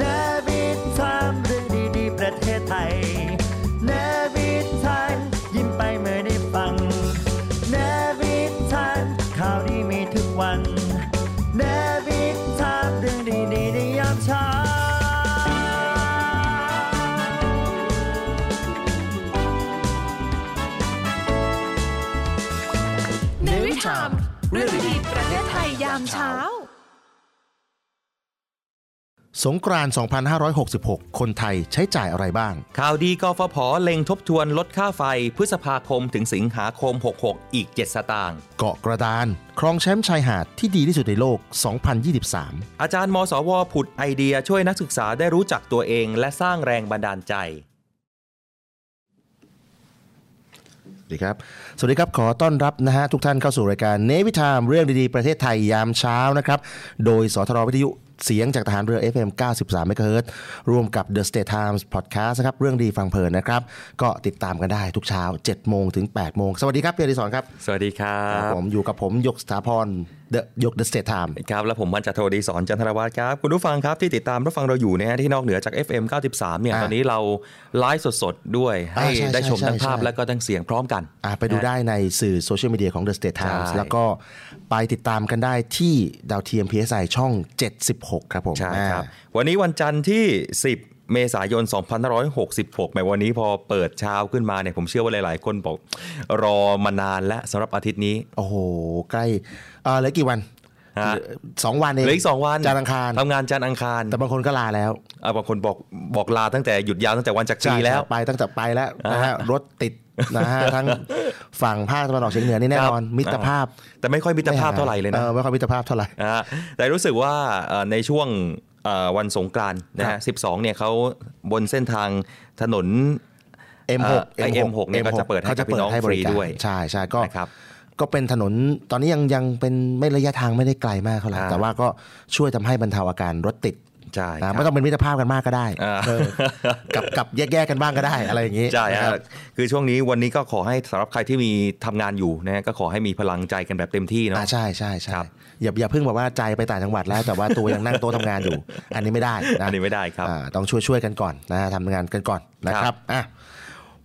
นวิทามเรื่องดีๆ ประเทศไทยนวิทามยิ้มไปเมื่อได้ฟังนวิทามข่าวดีมีทุกวันนวิทามเรื่องดีๆในยามเช้า ในวิถามเรื่องดีๆประเทศไทยยามเช้า สงกรานต์ 2566 คนไทยใช้จ่ายอะไรบ้าง ข่าวดีกฟผเล็งทบทวนลดค่าไฟพฤษภาคมถึงสิงหาคม 66 อีก 7 สตางค์ เกาะกระดาน ครองแชมป์ชายหาดที่ดีที่สุดในโลก 2023 อาจารย์มสวผุดไอเดียช่วยนักศึกษาได้รู้จักตัวเองและสร้างแรงบันดาลใจ สวัสดีครับ สวัสดีครับ ขอต้อนรับนะฮะทุกท่านเข้าสู่รายการเนวิทามเรื่องดีๆ ประเทศไทยยามเช้านะครับ โดยสทรวิทยุเสียงจากทหารเรือ FM 93 MHz ร่วมกับ The State Times Podcast นะครับ เรื่องดีฟังเพลินนะครับ ก็ติดตามกันได้ทุกเช้า 7 โมงถึง 8 โมง สวัสดีครับพี่อดิศรครับ สวัสดีครั ครับ บผมอยู่กับผมหยกสถาพร The หยก The State Time ครับ และผมมันจะโทดีสอนจันทรวัฒน์ครับ คุณผู้ฟังครับที่ติดตามรับฟังเราอยู่เนี่ยที่นอกเหนือจาก FM 93 เนี่ย อ่า ตอนนี้เราไลฟ์สดๆ ด้วย ให้ อ่าใช่ ได้ชม ใช่ ทั้งภาพ ใช่ และก็ทั้งเสียงพร้อมกัน อ่ะไปดูได้ในสื่อโซเชียลมีเดียของ The State Times ใช่ แล้วก็ไปติดตามกันได้ที่ดาวเทียม PSI ช่อง 76 ครับผม ใช่ครับ อ่า วันนี้วันจันทร์ที่ 10 เมษายน 2566แหมวันนี้พอเปิดเช้าขึ้นมาเนี่ยผมเชื่อว่าหลาย ๆ คนบอก รอมานานและสำหรับอาทิตย์นี้ โอ้โห ใกล้เออเหลือกี่วัน ฮะ เหลือสองวันเอง เหลืออีกสองวัน จานทร์อังคาร ทำงานจันทร์อังคาร แต่บางคนก็ลาแล้ว อ่ะบางคนบอกบอกลาตั้งแต่หยุดยาวตั้งแต่วันจักรี ใช่ แล้ว ไปตั้งแต่ไปแล้วนะฮะรถติดนะ ฮะ ทั้งฝั่งภาคตะวันออกเฉียงเหนือนี่แน่นอน ครับ มิตรภาพ แต่ไม่ค่อยมิตรภาพเท่าไหร่เลย อ นะ อไม่ค่อยมิตรภาพเท่าไหร่ นะฮะแต่รู้สึกว่าเอ่อในช่วงเอ่อวันสงกรานต์นะฮะ12เนี่ยเขาบนเส้นทางถนน M6 เอ่อ M6 เนี่ยก็จะเปิดให้ ขาจะเปิดให้บริ พี่น้องฟรี การ ด้วย ใช่ใช่ก็ นะครับ ก็เป็นถนนตอนนี้ยังยังเป็นไม่ระยะทางไม่ได้ไกลมากเท่าไหร่ อ่า แต่ว่าก็ช่วยทำให้บรรเทาอาการรถติด ใช่ครั นะ บ ไม่ต้องเป็นมิตรภาพกันมากก็ได้ อ่า เออกับกับแยกๆกันบ้างก็ได้อะไรอย่างนี้ ใช่ นะคครั รั บบ คือช่วงนี้วันนี้ก็ขอให้สำหรับใครที่มีทำงานอยู่นะฮะก็ขอให้มีพลังใจกันแบบเต็มที่เนาะ อ่าใช่ใช่ใช่ ครับ อย่าอย่าเพิ่งบอกว่าใจไปต่างจังหวัดแล้วแต่ว่าตัวยังนั่งโต๊ะทำงาน อยู่ อันนี้ไม่ได้นะ อันนี้ไม่ได้ครับ อ่าต้องช่วยช่วยกันก่อนนะฮะทำงานกันก่อนนะค ครั รับบ อ่ะ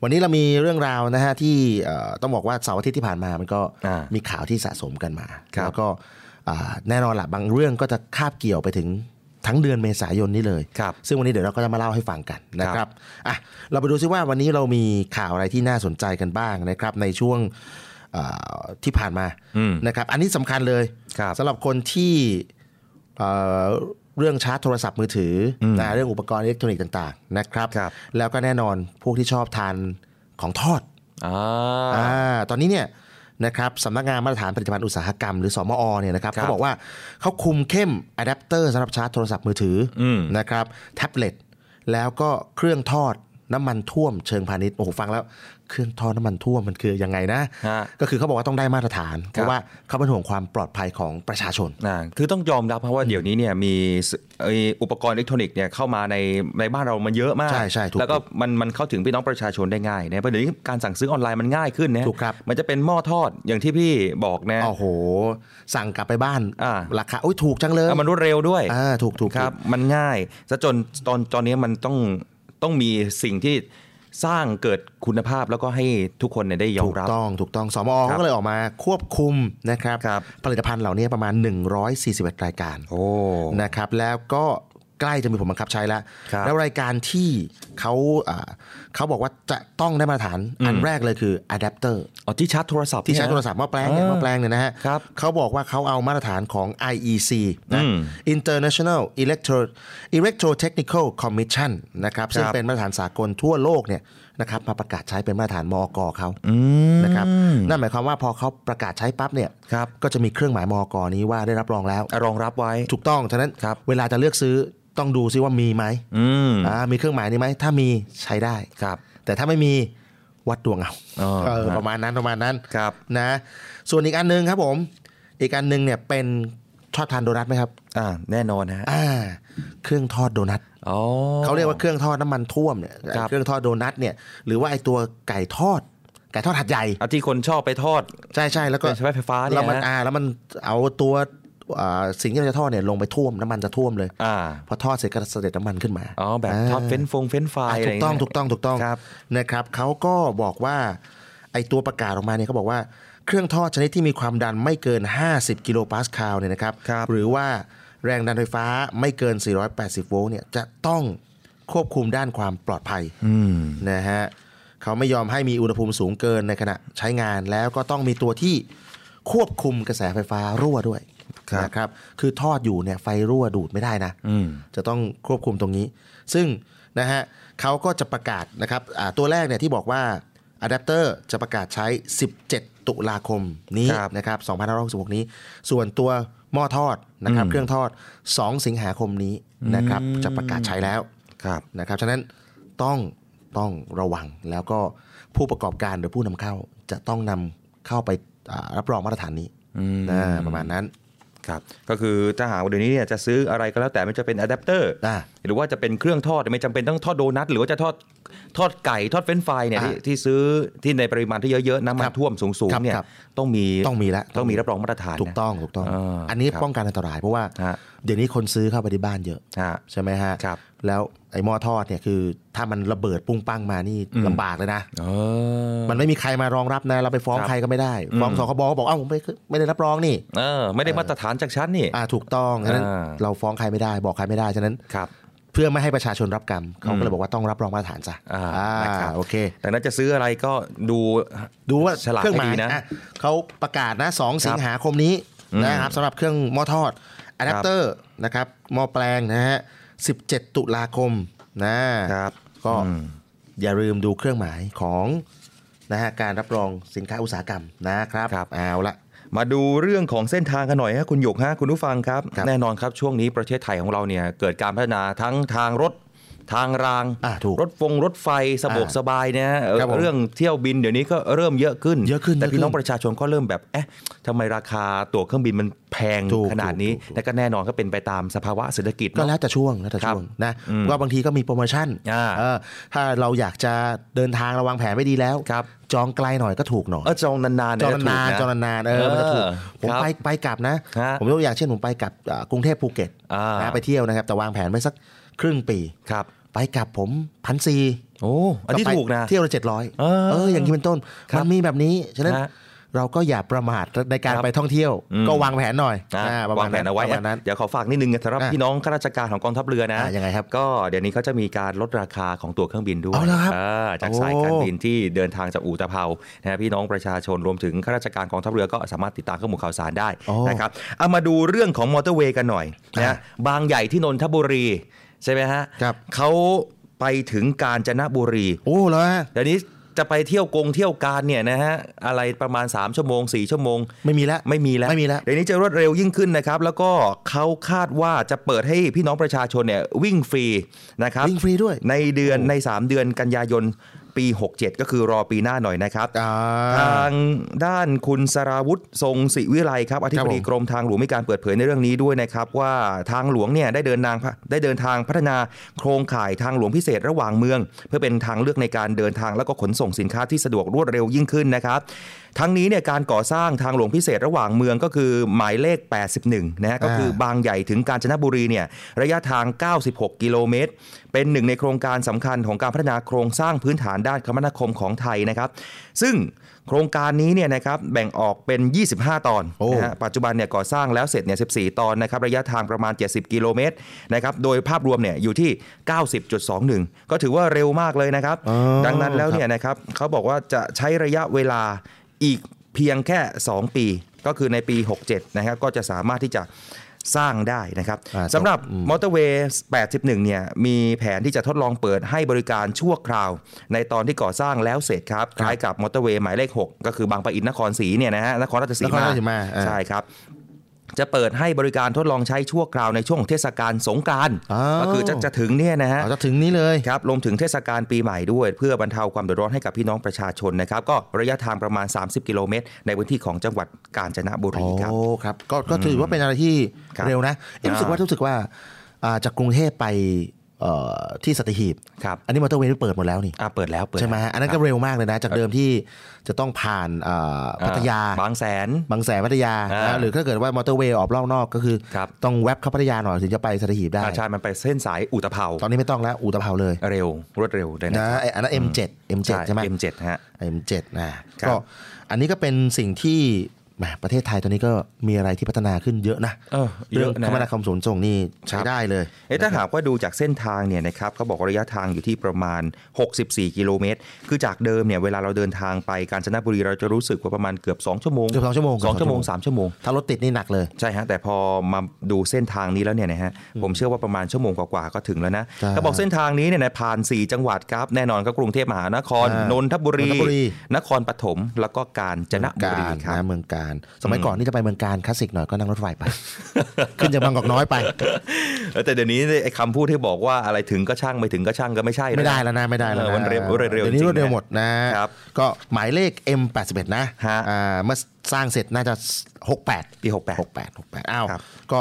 วันนี้เรามีเรื่องราวนะฮะที่เอ่อต้องบอกว่าเสาร์อาทิตย์ที่ผ่านมามันก็ อ่ามี มีข่าวที่สะสมกันมา ครับ แล้วก็อ่าแน่นอนละบางเรื่องก็จะคาบเกี่ยวไปถึงทั้งเดือนเมษายนนี้เลย ครับ ซึ่งวันนี้เดี๋ยวเราก็จะมาเล่าให้ฟังกันนะค ครั รับบ อ่ะเราไปดูซิว่าวันนี้เรามีข่าวอะไรที่น่าสนใจกันบ้างนะครับ ในช่วงเอ่อที่ผ่านมานะครับ อันนี้สำคัญเลย ครับ สำหรับคนที่เอ่อเรื่องชาร์จโทรศัพท์มือถืออนะเรื่องอุปกรณ์อิเล็กทรอนิกส์ต่างๆนะครับ ครับ แล้วก็แน่นอนพวกที่ชอบทานของทอด อ่า อ่าตอนนี้เนี่ยนะครับสำนักงานมาตรฐานผลิตภัณฑ์อุตสาหกรรมหรือสมอเนี่ยนะครับ ครับ เขาบอกว่าเขาคุมเข้มอะแดปเตอร์สำหรับชาร์จโทรศัพท์มือถืออ ม นะครับแท็บเล็ตแล้วก็เครื่องทอดน้ำมันท่วมเชิงพาณิชย์โอ้โหฟังแล้วเครื่องทอดน้ำมันท่วมมันคือยังไงนะ ฮะ ก็คือเขาบอกว่าต้องได้มาตรฐาน เพ ครั ราะ บ ว่าเขาเป็นห่วงความปลอดภัยของประชาชน อ่าคือต้องยอมรับเพราะว่าเดี๋ยวนี้เนี่ยมีสเอ่ออุปกรณ์อิเล็กทรอนิกส์เนี่ยเข้ามาในในบ้านเรามันเยอะมาก ใช่ใช่ถูก แล้วก็มันมันเข้าถึงพี่น้องประชาชนได้ง่ายนะเพราะเดี๋ยวนี้การสั่งซื้อออนไลน์มันง่ายขึ้นนะ ถูกครับ มันจะเป็นหม้อทอดอย่างที่พี่บอกนะ โอ้โห สั่งกลับไปบ้าน อ่า ราคาโอ้ยถูกจังเลย อ่ะมันรวดเร็วด้วย อ่าถูกถูก ครับมันง่ายซะจนตอนตอนนี้มันต้องต้องมีสิ่งที่สร้างเกิดคุณภาพแล้วก็ให้ทุกคนเนี่ยได้ยอ ถู ม ก รับ ต้องถูกต้องสมอ ครั เขา บ ก็เลยออกมาควบคุมนะครับ ครับ ผลิตภัณฑ์เหล่านี้ประมาณ 141 รายการ โอ้ นะครับแล้วก็ใกล้จะมีผลบังคับใช้แล้ว ครับ แล้วรายการที่เขาอ่าเขาบอกว่าจะต้องได้มาตรฐานอันแรกเลยคืออะแดปเตอร์ อ๋อที่ชาร์จโทรศัพท์ ที่ใช้ เนี่ยนะ โทรศัพท์หมาแปลงเนี่ย อ่า หมาแปลงเนี่ยนะฮะ ครับ เขาบอกว่าเขาเอามาตรฐานของ IEC นะ อืม International Electro Electrotechnical Commission นะครับซึ่ง ครับ เป็นมาตรฐานสากลทั่วโลกเนี่ยนะครับมาประกาศใช้เป็นมาตรฐานมอกเขา อืม นะครับนั่นหมายความว่าพอเขาประกาศใช้ปั๊บเนี่ย ครับ ก็จะมีเครื่องหมายมอกอนี้ว่าได้รับรองแล้ว รองรับไว้ ถูกต้องฉะนั้น ครับ เวลาจะเลือกซื้อต้องดูซิว่ามีไหม อืม อ่ามีเครื่องหมายนี้ไหมถ้ามีใช้ได้ ครับ แต่ถ้าไม่มี วัดดวงเอา อ๋อ เออ ฮะ ประมาณนั้นประมาณนั้น ครับ นะส่วนอีกอันหนึงครับผม อีกอันหนึงเนี่ยเป็นทอดทานโดนัทไหมครับ อ่าแน่นอนนะฮะ อ่าเครื่องทอดโดนัท อ๋อ เขาเรียกว่าเครื่องทอดน้ำมันท่วมเนี่ย ครับ เครื่องทอดโดนัทเนี่ยหรือว่าไอตัวไก่ทอด ไก่ทอดหัดใหญ่ เอาที่คนชอบไปทอด ใช่ใช่แล้วก็ เป็นใช้ไฟฟ้าเนี่ย แล้วมัน นะ อ่าแล้วมันเอาตัวอ่าสิ่งที่เราจะทอดเนี่ยลงไปท่วมน้ำมันจะท่วมเลย อ่า พอทอดเสร็จก็เสด็จน้ำมันขึ้นมา อ๋อแบบ า ทอดเฟ้นฟงเฟ้นไฟ อ่า อะไร ถูกต้อง ย่าเย ถูกต้องถูกต้อง ครับ นะครับเขาก็บอกว่าไอตัวประกาศออกมาเนี่ยเขาบอกว่าเครื่องทอดชนิดที่มีความดันไม่เกิน 50 กิโลปาสคาลเนี่ยนะครับ ครับ หรือว่าแรงดันไฟฟ้าไม่เกิน 480 โวลต์เนี่ยจะต้องควบคุมด้านความปลอดภัยนะฮะเขาไม่ยอมให้มีอุณหภูมิสูงเกินในขณะใช้งานแล้วก็ต้องมีตัวที่ควบคุมกระแสไฟฟ้ารั่วด้วย ครับ นะครับคือทอดอยู่เนี่ยไฟรั่วดูดไม่ได้นะ อืม จะต้องควบคุมตรงนี้ ซึ่งนะฮะเขาก็จะประกาศนะครับอ่าตัวแรกเนี่ยที่บอกว่าอะแดปเตอร์จะประกาศใช้ 17 ตุลาคมนี้ นี้ ครับ นะครับ2566 นี้ ส่วนตัวหม้อทอดนะครับ เครื่องทอด 2 สิงหาคมนี้นะครับ จะประกาศใช้แล้ว ครับ นะครับ ฉะนั้นต้องต้องระวังแล้วก็ผู้ประกอบการหรือผู้นำเข้าจะต้องนำเข้าไปอ่ารับรองมาตรฐานนี้นะประมาณนั้น ครับ ก็คือถ้าหากว่าเดี๋ยวนี้เนี่ยจะซื้ออะไรก็แล้วแต่ไม่ว่าจะเป็นอะแดปเตอร์ อ่า หรือว่าจะเป็นเครื่องทอดไม่จำเป็นต้องทอดโดนัทหรือว่าจะทอดทอดไก่ทอดเฟรนช์ฟรายเนี่ย อ่า ที่ที่ซื้อที่ในปริมาณที่เยอะๆน้ำมั ครั น บ ท่วมสูง ครับ ๆเนี่ย ครับ ต้องมี ต้องมีแล้ว ต้องมีรับรองมาตรฐานนะ ถูกต้องถูกต้อง อ่า อันนี้ ครับ ป้องกันอันตรายเพราะว่า ฮะ เดี๋ยวนี้คนซื้อเข้าไปที่บ้านเยอะ ฮะ ใช่ไหมฮะ ครับ แล้วไอ้หม้อทอดเนี่ยคือถ้ามันระเบิดปุ้งปังมานี่ อืม ลำบากเลยนะ เออ มันไม่มีใครมารองรับนะ เราไปฟ้อง ครับ ใครก็ไม่ได้ ฟ้อง อืม สคบก็บอกเอ้าผมไม่ไม่ได้รับรองนี่ เออไม่ได้มาตรฐานจากชั้นนี่ อ่าถูกต้องฉะนั้น อ่า เราฟ้องใครไม่ได้บอกใครไม่ได้ฉะนั้น ครับ เพื่อไม่ให้ประชาชนรับกรรมเขา อื ก็ ม เลยบอกว่าต้องรับรองมาตรฐานจ้ะ อ่านะครับ โอเค ดังนั้นจะซื้ออะไรก็ดู ดูว่า ฉลาด เครื่องห ให้ มาย ดีนะ อ่ะเขาประกาศนะ 2 สิงหาคมนี้นะครับสำหรับเครื่องหม้อทอดอะแดปเตอร์นะครับหม้อแปลงนะฮะ17 ตุลาคมนะครับ ก็ อืม อย่าลืมดูเครื่องหมายของนะฮะการรับรองสินค้าอุตสาหกรรมนะครับเอาละ มาดูเรื่องของเส้นทางกันหน่อยฮะคุณหยกฮะคุณผู้ฟังครับ ครับ แน่นอนครับ ช่วงนี้ประเทศไทยของเราเนี่ยเกิดการพัฒนาทั้งทางรถ ทางราง อ่ะถูก รถฟงรถไฟสะบก อ่า สบายเนี่ย ครับผม เรื่องเที่ยวบินเดี๋ยวนี้ก็เริ่มเยอะขึ้น เยอะขึ้น แต่ เยอะขึ้น พี่น้องประชาชนก็เริ่มแบบเอ๊ะทำไมราคาตั๋วเครื่องบินมันแพง ถูก ขนาดนี้ ถูกถูก และก็แน่นอนก็เป็นไปตามสภาวะเศรษฐกิจ ก็ เนาะ แล้วแต่ช่วงแล้วแต่ ครับ ช่วงนะก็บางทีก็มีโปรโมชั่น อ่า เออถ้าเราอยากจะเดินทางระวังแผนไว้ดีแล้ว ครับ จองไกลหน่อยก็ถูกหน่อย เออจองนานๆ จ เย อ จะถูก นาน นะ ๆจอนานๆเออมันจะถูก ผม ครับ ไปไปกลับนะ ฮะ ผมยกตัวอย่างเช่นผมไปกลับอ่ากรุงเทพภูเก็ต อ่าน นะไปเที่ยวนะครับ แต่วางแผนไว้สักครึ่งปี ครับ ไปกลับผมพันสี่ โอ้อันนี้ถูกนะ เที่ยวละเจ็ดร้อย เออ เอออย่างนี้เป็นต้น ครับ มันมีแบบนี้ ฉะนั้น ฮะ เราก็อย่าประมาทในการ ครับ ไปท่องเที่ยว อืม ก็วางแผนหน่อย นะ อ่ประม วา ณ งแผนเอาไว้ ประมาณนั้น เดี๋ยวขอฝากนิดนึงสำหรับ อ่ะ พี่น้องข้าราชการของกองทัพเรือนะ อ่ะยังไงครับ ก็เดี๋ยวนี้เขาจะมีการลดราคาของตั๋วเครื่องบินด้วย เอาเหรอครับ อ่าจาก โอ้ สายการบินที่เดินทางจากอู่ตะเภานะพี่น้องประชาชนรวมถึงข้าราชการกองทัพเรือก็สามารถติดตามข้อมูลข่าวสารได้ โอ้ นะครับเอามาดูเรื่องของมอเตอร์เวย์กันหน่อยนะ อ่ะ บางใหญ่ที่นนทบุรีใช่ไหมฮะ ครับ เขาไปถึงกาญจนบุรี โอ้แล้วฮะ เดี๋ยวนี้จะไปเที่ยวกงเที่ยวการเนี่ยนะฮะอะไรประมาณ 3 ชั่วโมง 4 ชั่วโมง ไม่มีแล้ว ไม่มีแล้ว ไม่มีแล้ว เดี๋ยวนี้จะรวดเร็วยิ่งขึ้นนะครับ แล้วก็เขาคาดว่าจะเปิดให้พี่น้องประชาชนเนี่ยวิ่งฟรีนะครับ วิ่งฟรีด้วย ในเดือนใน 3 เดือนกันยายนปี 67 ก็คือรอปีหน้าหน่อยนะครับ อ่า ทางด้านคุณสราวุธทรงศิวิไลครับอธิบดี ผม กรมทางหลวงมีการเปิดเผยในเรื่องนี้ด้วยนะครับ ว่าทางหลวงเนี่ยได้เดินทางได้เดินทางพัฒนาโครงข่ายทางหลวงพิเศษระหว่างเมือง เพื่อเป็นทางเลือกในการเดินทางแล้วก็ขนส่งสินค้าที่สะดวกรวดเร็วยิ่งขึ้นนะครับ ทั้งนี้เนี่ยการก่อสร้างทางหลวงพิเศษระหว่างเมืองก็คือหมายเลข 81นะฮะก็คือ อ่า บางใหญ่ถึงกาญจนบุรีเนี่ยระยะทาง 96 กิโลเมตร เป็นหนึ่งในโครงการสำคัญของการพัฒนาโครงสร้างพื้นฐานด้านคมนาคมของไทยนะครับ ซึ่งโครงการนี้เนี่ยนะครับแบ่งออกเป็น 25 ตอน โอ้ นะฮะปัจจุบันเนี่ยก่อสร้างแล้วเสร็จเนี่ย14 ตอนนะครับระยะทางประมาณ 70 กิโลเมตรนะครับโดยภาพรวมเนี่ยอยู่ที่ 90.21 ก็ถือว่าเร็วมากเลยนะครับ ดังนั้นแล้วเนี่ยนะครับเขาบอกว่าจะใช้ระยะเวลาอีกเพียงแค่ 2 ปี ก็คือในปี 67 นะครับก็จะสามารถที่จะสร้างได้นะครับ อ่า สำหรับมอเตอร์เวย์81 เนี่ยมีแผนที่จะทดลองเปิดให้บริการชั่วคราว ในตอนที่ก่อสร้างแล้วเสร็จครับ คล้ายกับมอเตอร์เวย์หมายเลข 6 ก็คือบางปะอินนครศรีเนี่ยนะฮะนครราชสี นครราชสีมาอ่า ใช่ครับ จะเปิดให้บริการทดลองใช้ชั่วคราวในช่วงเทศกาลสงกรานต์ อ้าว ก็คือจะจะถึงเนี่ยนะฮะ เอาจะถึงนี้เลย ครับรวมถึงเทศกาลปีใหม่ด้วย เพื่อบรรเทาความเดือดร้อนให้กับพี่น้องประชาชนนะครับ ก็ระยะทางประมาณ 30 กิโลเมตร ในพื้นที่ของจังหวัดกาญจนบุ โอ้ รีครับ ครับก็ก็ถือว่าเป็นอะไรที่ ครับ เร็วนะเอ๊ะรู้สึกว่า อ่ารู้ รู้สึกว่าอ่าจากกรุงเทพไปเอ่อที่สัตหีบ ครับ อันนี้มอเตอร์เวย์เปิดหมดแล้วนี่ อ่าเปิดแล้วเปิด ใช่ไหมฮะอันนั้นก็ ครับ เร็วมากเลยนะ จากเดิมที่จะต้องผ่านเอ่อพัทยา บางแสน บางแสนพัทยา อ่า นะหรือถ้าเกิดว่ามอเตอร์เวย์ออกรอบนอกก็คือ ครับ ต้องแวบเข้าพัทยาหน่อยถึงจะไปสัตหีบได้ อาชายมันไปเส้นสายอุตะเภา ตอนนี้ไม่ต้องแล้วอู่ตะเภาเลย เร็วรวดเร็วเลยนะ นะไอ้อันนั้น M7 M7 ใช่ไหม เอ็มเจ็ดฮะ M7 นะครับ ก็อันนี้ก็เป็นสิ่งที่แหมประเทศไทยตอนนี้ก็มีอะไรที่พัฒนาขึ้นเยอะนะ เออเย เรื่องคอะนะ มนาคมขนส่งนี่ใช้ได้เลย เอ๊ะถ้าหากว่าดูจากเส้นทางเนี่ยนะครับเขาบอกว่าระยะทางอยู่ที่ประมาณ 64 กิโลเมตร คือจากเดิมเนี่ยเวลาเราเดินทางไปกาญจนบุรีเราจะรู้สึกว่าประมาณเกือบ 2 ชั่วโมง เกือบสองชั่วโมง สองชั่วโมงสามชั่วโมง ถ้ารถติดนี่หนักเลย ใช่ฮะ แต่พอมาดูเส้นทางนี้แล้วเนี่ยนะฮะผมเชื่อว่าประมาณชั่วโมงกว่าๆก็ถึงแล้วนะ ใช่ เขาบอกเส้นทางนี้เนี่ยนะผ่าน 4 จังหวัดครับ แน่นอนก็กรุงเทพมหานคร อ่าน น นทบุรี นนทบุรี นครปฐมแล้วก็กาญจนบุรี การ ครับ นะเมืองการ สมัยก่อนนี่จะไปเมืองการคลาสสิกหน่อยก็นั่งรถไฟ ไป ขึ้นจากบางกอกน้อยไป เออแต่เดี๋ยวนี้ไอ้คำพูดที่บอกว่าอะไรถึงก็ช่างไม่ถึงก็ช่างก็ไม่ใช่ ไม่ได้ นะ แล้วนะไม่ได้แล้ว เออ นะ มันเร็วเร็วเร็ว เดี๋ยวนี้รวดเร็ว จริงๆนะ หมดนะครับก็หมายเลข M81 นะ ฮะ อ่าเมื่อสร้างเสร็จน่าจะ 68 ปี68 68 68อ้าว ครับ ก็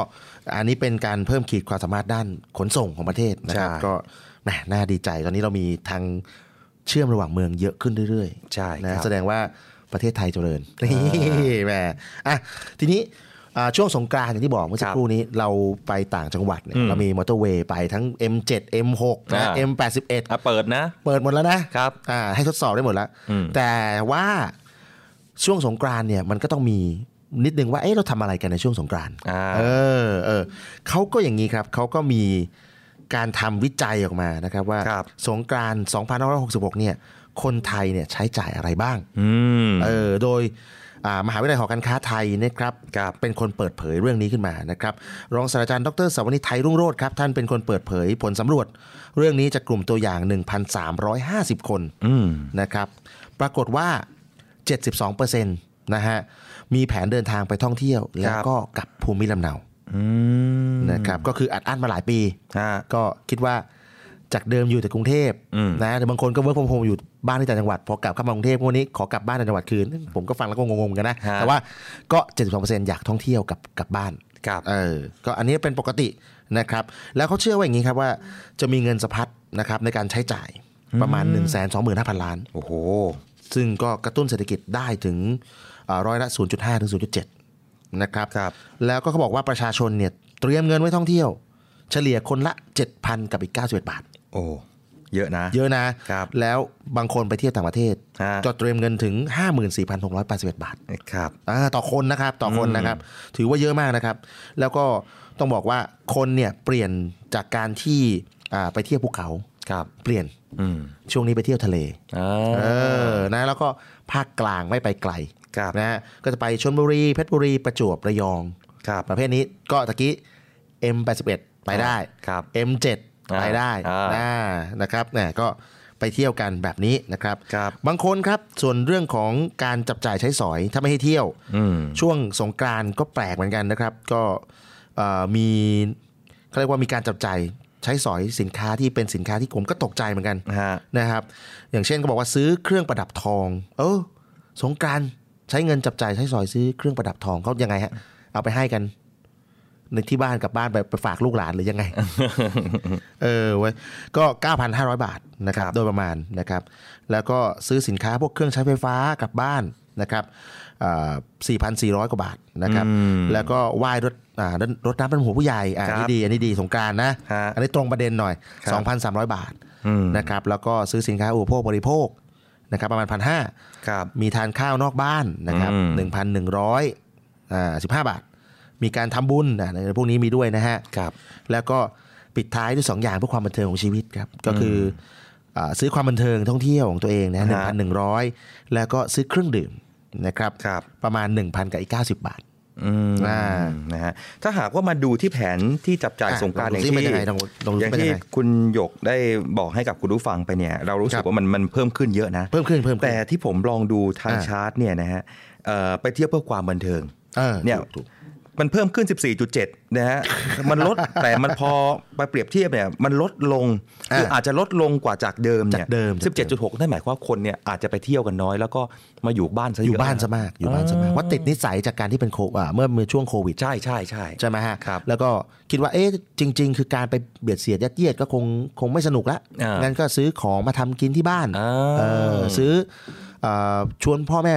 อันนี้เป็นการเพิ่มขีดความสามารถด้านขนส่งของประเทศนะครับ ใช่ ก็แหมน่าดีใจตอนนี้เรามีทางเชื่อมระหว่างเมืองเยอะขึ้นเรื่อยๆ ใช่ครับ นะแสดงว่าประเทศไทยเจริญนี่แหมอ่ะทีนี้อ่าช่วงสงกรานต์อย่างที่บอกเมื่อสักครู่นี้เราไปต่างจังหวัดเนี่ยเรามีมอเตอร์เวย์ไปทั้ง M7 M6 นะ M81 อ่ะเปิดนะ เปิดหมดแล้วนะครับ อ่าให้ทดสอบได้หมดแล้ว อืม แต่ว่าช่วงสงกรานต์เนี่ยมันก็ต้องมีนิดนึงว่า เอ๊ะเราทำอะไรกันในช่วงสงกรานต์ อ่า เออเออเขาก็อย่างนี้ครับเขาก็มีการทำวิจัยออกมานะครับว่า ครับ สงกรานต์2566 เนี่ย คนไทยเนี่ยใช้จ่ายอะไรบ้าง อืม เออโดยอ่ามหาวิทยาลัยหอการค้าไทยนะครับ ครับ เป็นคนเปิดเผยเรื่องนี้ขึ้นมานะครับ รองศาสตราจารย์ดรสวนิทไทยรุ่งโรธครับ ท่านเป็นคนเปิดเผยผลสำรวจ เรื่องนี้จากกลุ่มตัวอย่าง 1,350 คน อืม นะครับ ปรากฏว่า 72%นะฮะ มีแผนเดินทางไปท่องเที่ยว แล้วก็กลับภูมิลำเนา อืม นะครับก็คืออัดอั้นมาหลายปี ฮะ ก็คิดว่าจากเดิมอยู่แต่กรุงเทพ อืม นะแต่บางคนก็เวิร์ก o อมโฮมอยู่บ้านที่ต่างจังหวัด พอกลับเข้ามากรุงเทพวันนี้ขอกลับบ้านต่างจังหวัดคืน ผมก็ฟังแล้วก็งงๆกันนะ แต่ว่าก็ 72%อยากท่องเที่ยวกลับกลับบ้าน ครับ เออ ก็อันนี้เป็นปกตินะครับ แล้วเขาเชื่อว่าอย่างนี้ครับว่าจะมีเงินสะพัดนะครับในการใช้จ่ายประมาณ 1 2 5 0 0 0 ล้าน โอ้โห ซึ่งก็กระตุ้นเศรษฐกิจได้ถึงเอ่อร้อยละ 0.5 ถึง 0.7 นะครับ ครับ แล้วก็เขาบอกว่าประชาชนเนี่ยเตรียมเงินไว้ท่องเที่ยว เฉลี่ยคนละ 7,000 กับอีก 91 บาท โอ้เยอะนะ เยอะนะ ครับ แล้วบางคนไปเที่ยวต่างประเทศ ฮะ จดเตรียมเงินถึง 54,681 บาท ครับ อ่าต่อคนนะครับ ต่อคนนะครับ ถือว่าเยอะมากนะครับ แล้วก็ต้องบอกว่าคนเนี่ยเปลี่ยนจากการที่อ่าไปเที่ยวภูเขา ครับ เปลี่ยน อืม ช่วงนี้ไปเที่ยวทะเล อ่ เอา อ นะ แล้วก็ภาคกลางไม่ไปไกล ครับ นะฮะ ก็จะไปชลบุรี เพชรบุรี ประจวบ ระยอง ครับ ประเภทนี้ก็ตะกี้ M81 ไปได้ ครับ M7 ไปได้ อ่า นะนะครับนะก็ไปเที่ยวกันแบบนี้นะครับ ครับ บางคนครับ ส่วนเรื่องของการจับจ่ายใช้สอย ถ้าไม่ให้เที่ยว อืม ช่วงสงกรานต์ก็แปลกเหมือนกันนะครับ ก็เอ่อมีเขาเรียกว่ามีการจับจ่ายใช้สอยสินค้าที่เป็นสินค้าที่ผมก็ตกใจเหมือนกัน ฮะ นะครับอย่างเช่นก็บอกว่าซื้อเครื่องประดับทอง เออสงกรารใช้เงินจับจ่ายใช้สอยซื้อเครื่องประดับทองเขายังไงฮะเอาไปให้กันในที่บ้านกลับบ้านไปไปฝากลูกหลานห รือยังไง เออเว้ยก็ 9,500 บาทนะครับ ครับ โดยประมาณนะครับ แล้วก็ซื้อสินค้าพวกเครื่องใช้ไฟฟ้ากลับบ้านนะครับอ่า4,400 กว่าบาทนะครับ แล้วก็ไหว้รถอ่ารถรถน้ำเป็นหัวผู้ใหญ่อ่าอันนี้ดีอันนี้ดีสงกรารนะ ฮะ อันนี้ตรงประเด็นหน่อย ครับ 2,300 บาท อืม นะครับแล้วก็ซื้อสินค้าอุปโภคบริโภคนะครับประมาณพันห้า ครับ มีทานข้าวนอกบ้านนะครับ อืม หนึ่งพันหนึ่งร้อยอ่าสิบห้าบาท มีการทำบุญอ่ะในพวกนี้มีด้วยนะฮะ ครับ แล้วก็ปิดท้ายด้วยสองอย่างเพื่อความบันเทิงของชีวิตครับก็คืออ่าซื้อความบันเทิงท่องเที่ยวของตัวเองนะหนึ่งพันหนึ่งร้อยแล้วก็ซื้อเครื่องดื่มนะครับ ครับ ประมาณ 1,000กับอีกเก้าสิบบาท อืม อ่า นะฮะถ้าหากว่ามาดูที่แผนที่จับจ่ายสงกรารอย่าง ลอดูซิเป็นยัที่งไงลองลองดู อ ซิ ย่าง เป็นยั ที่ งไง คุณหยกได้บอกให้กับคุณผู้ฟังไปเนี่ย เรารู้สึ ครั ก บ ว่ามันมันเพิ่มขึ้นเยอะนะ เพิ่มขึ้นเพิ่มขึ้น แต่ที่ผมลองดูทาง อ่า ชาร์ตเนี่ยนะฮะเอ่อไปเที่ยวเพื่อความบันเทิง ออ เนี่ย ถูก มันเพิ่มขึ้น 14.7 นะฮะ มัน ลด แต่มันพอไปเปรียบเทียบเนี่ย มันลดลง อ่า คืออาจจะลดลงกว่าจากเดิมเนี่ จาย กเดิม 17.6 นั่นหมายความว่าคนเนี่ยอาจจะไปเที่ยวกันน้อย แล้วก็มาอยู่บ้านซะเะ อยู่บ้านซะมากอยู่บ้านซะมากว่าติดนิสัยจากการที่เป็นโคอ่าเมื่อมือช่วงโควิด ใช่ใช่ใช่ ใช่ไหมฮะ ครับ แล้วก็คิดว่า เอ๊ะ จริง ๆ คือการไปเบียดเสียดยัดเยียดก็คงคงไม่สนุกละ อ่างั้ งั้นก็ซื้อของมาทำกินที่บ้าน อ่า เออซื้อเออชวนพ่อแม่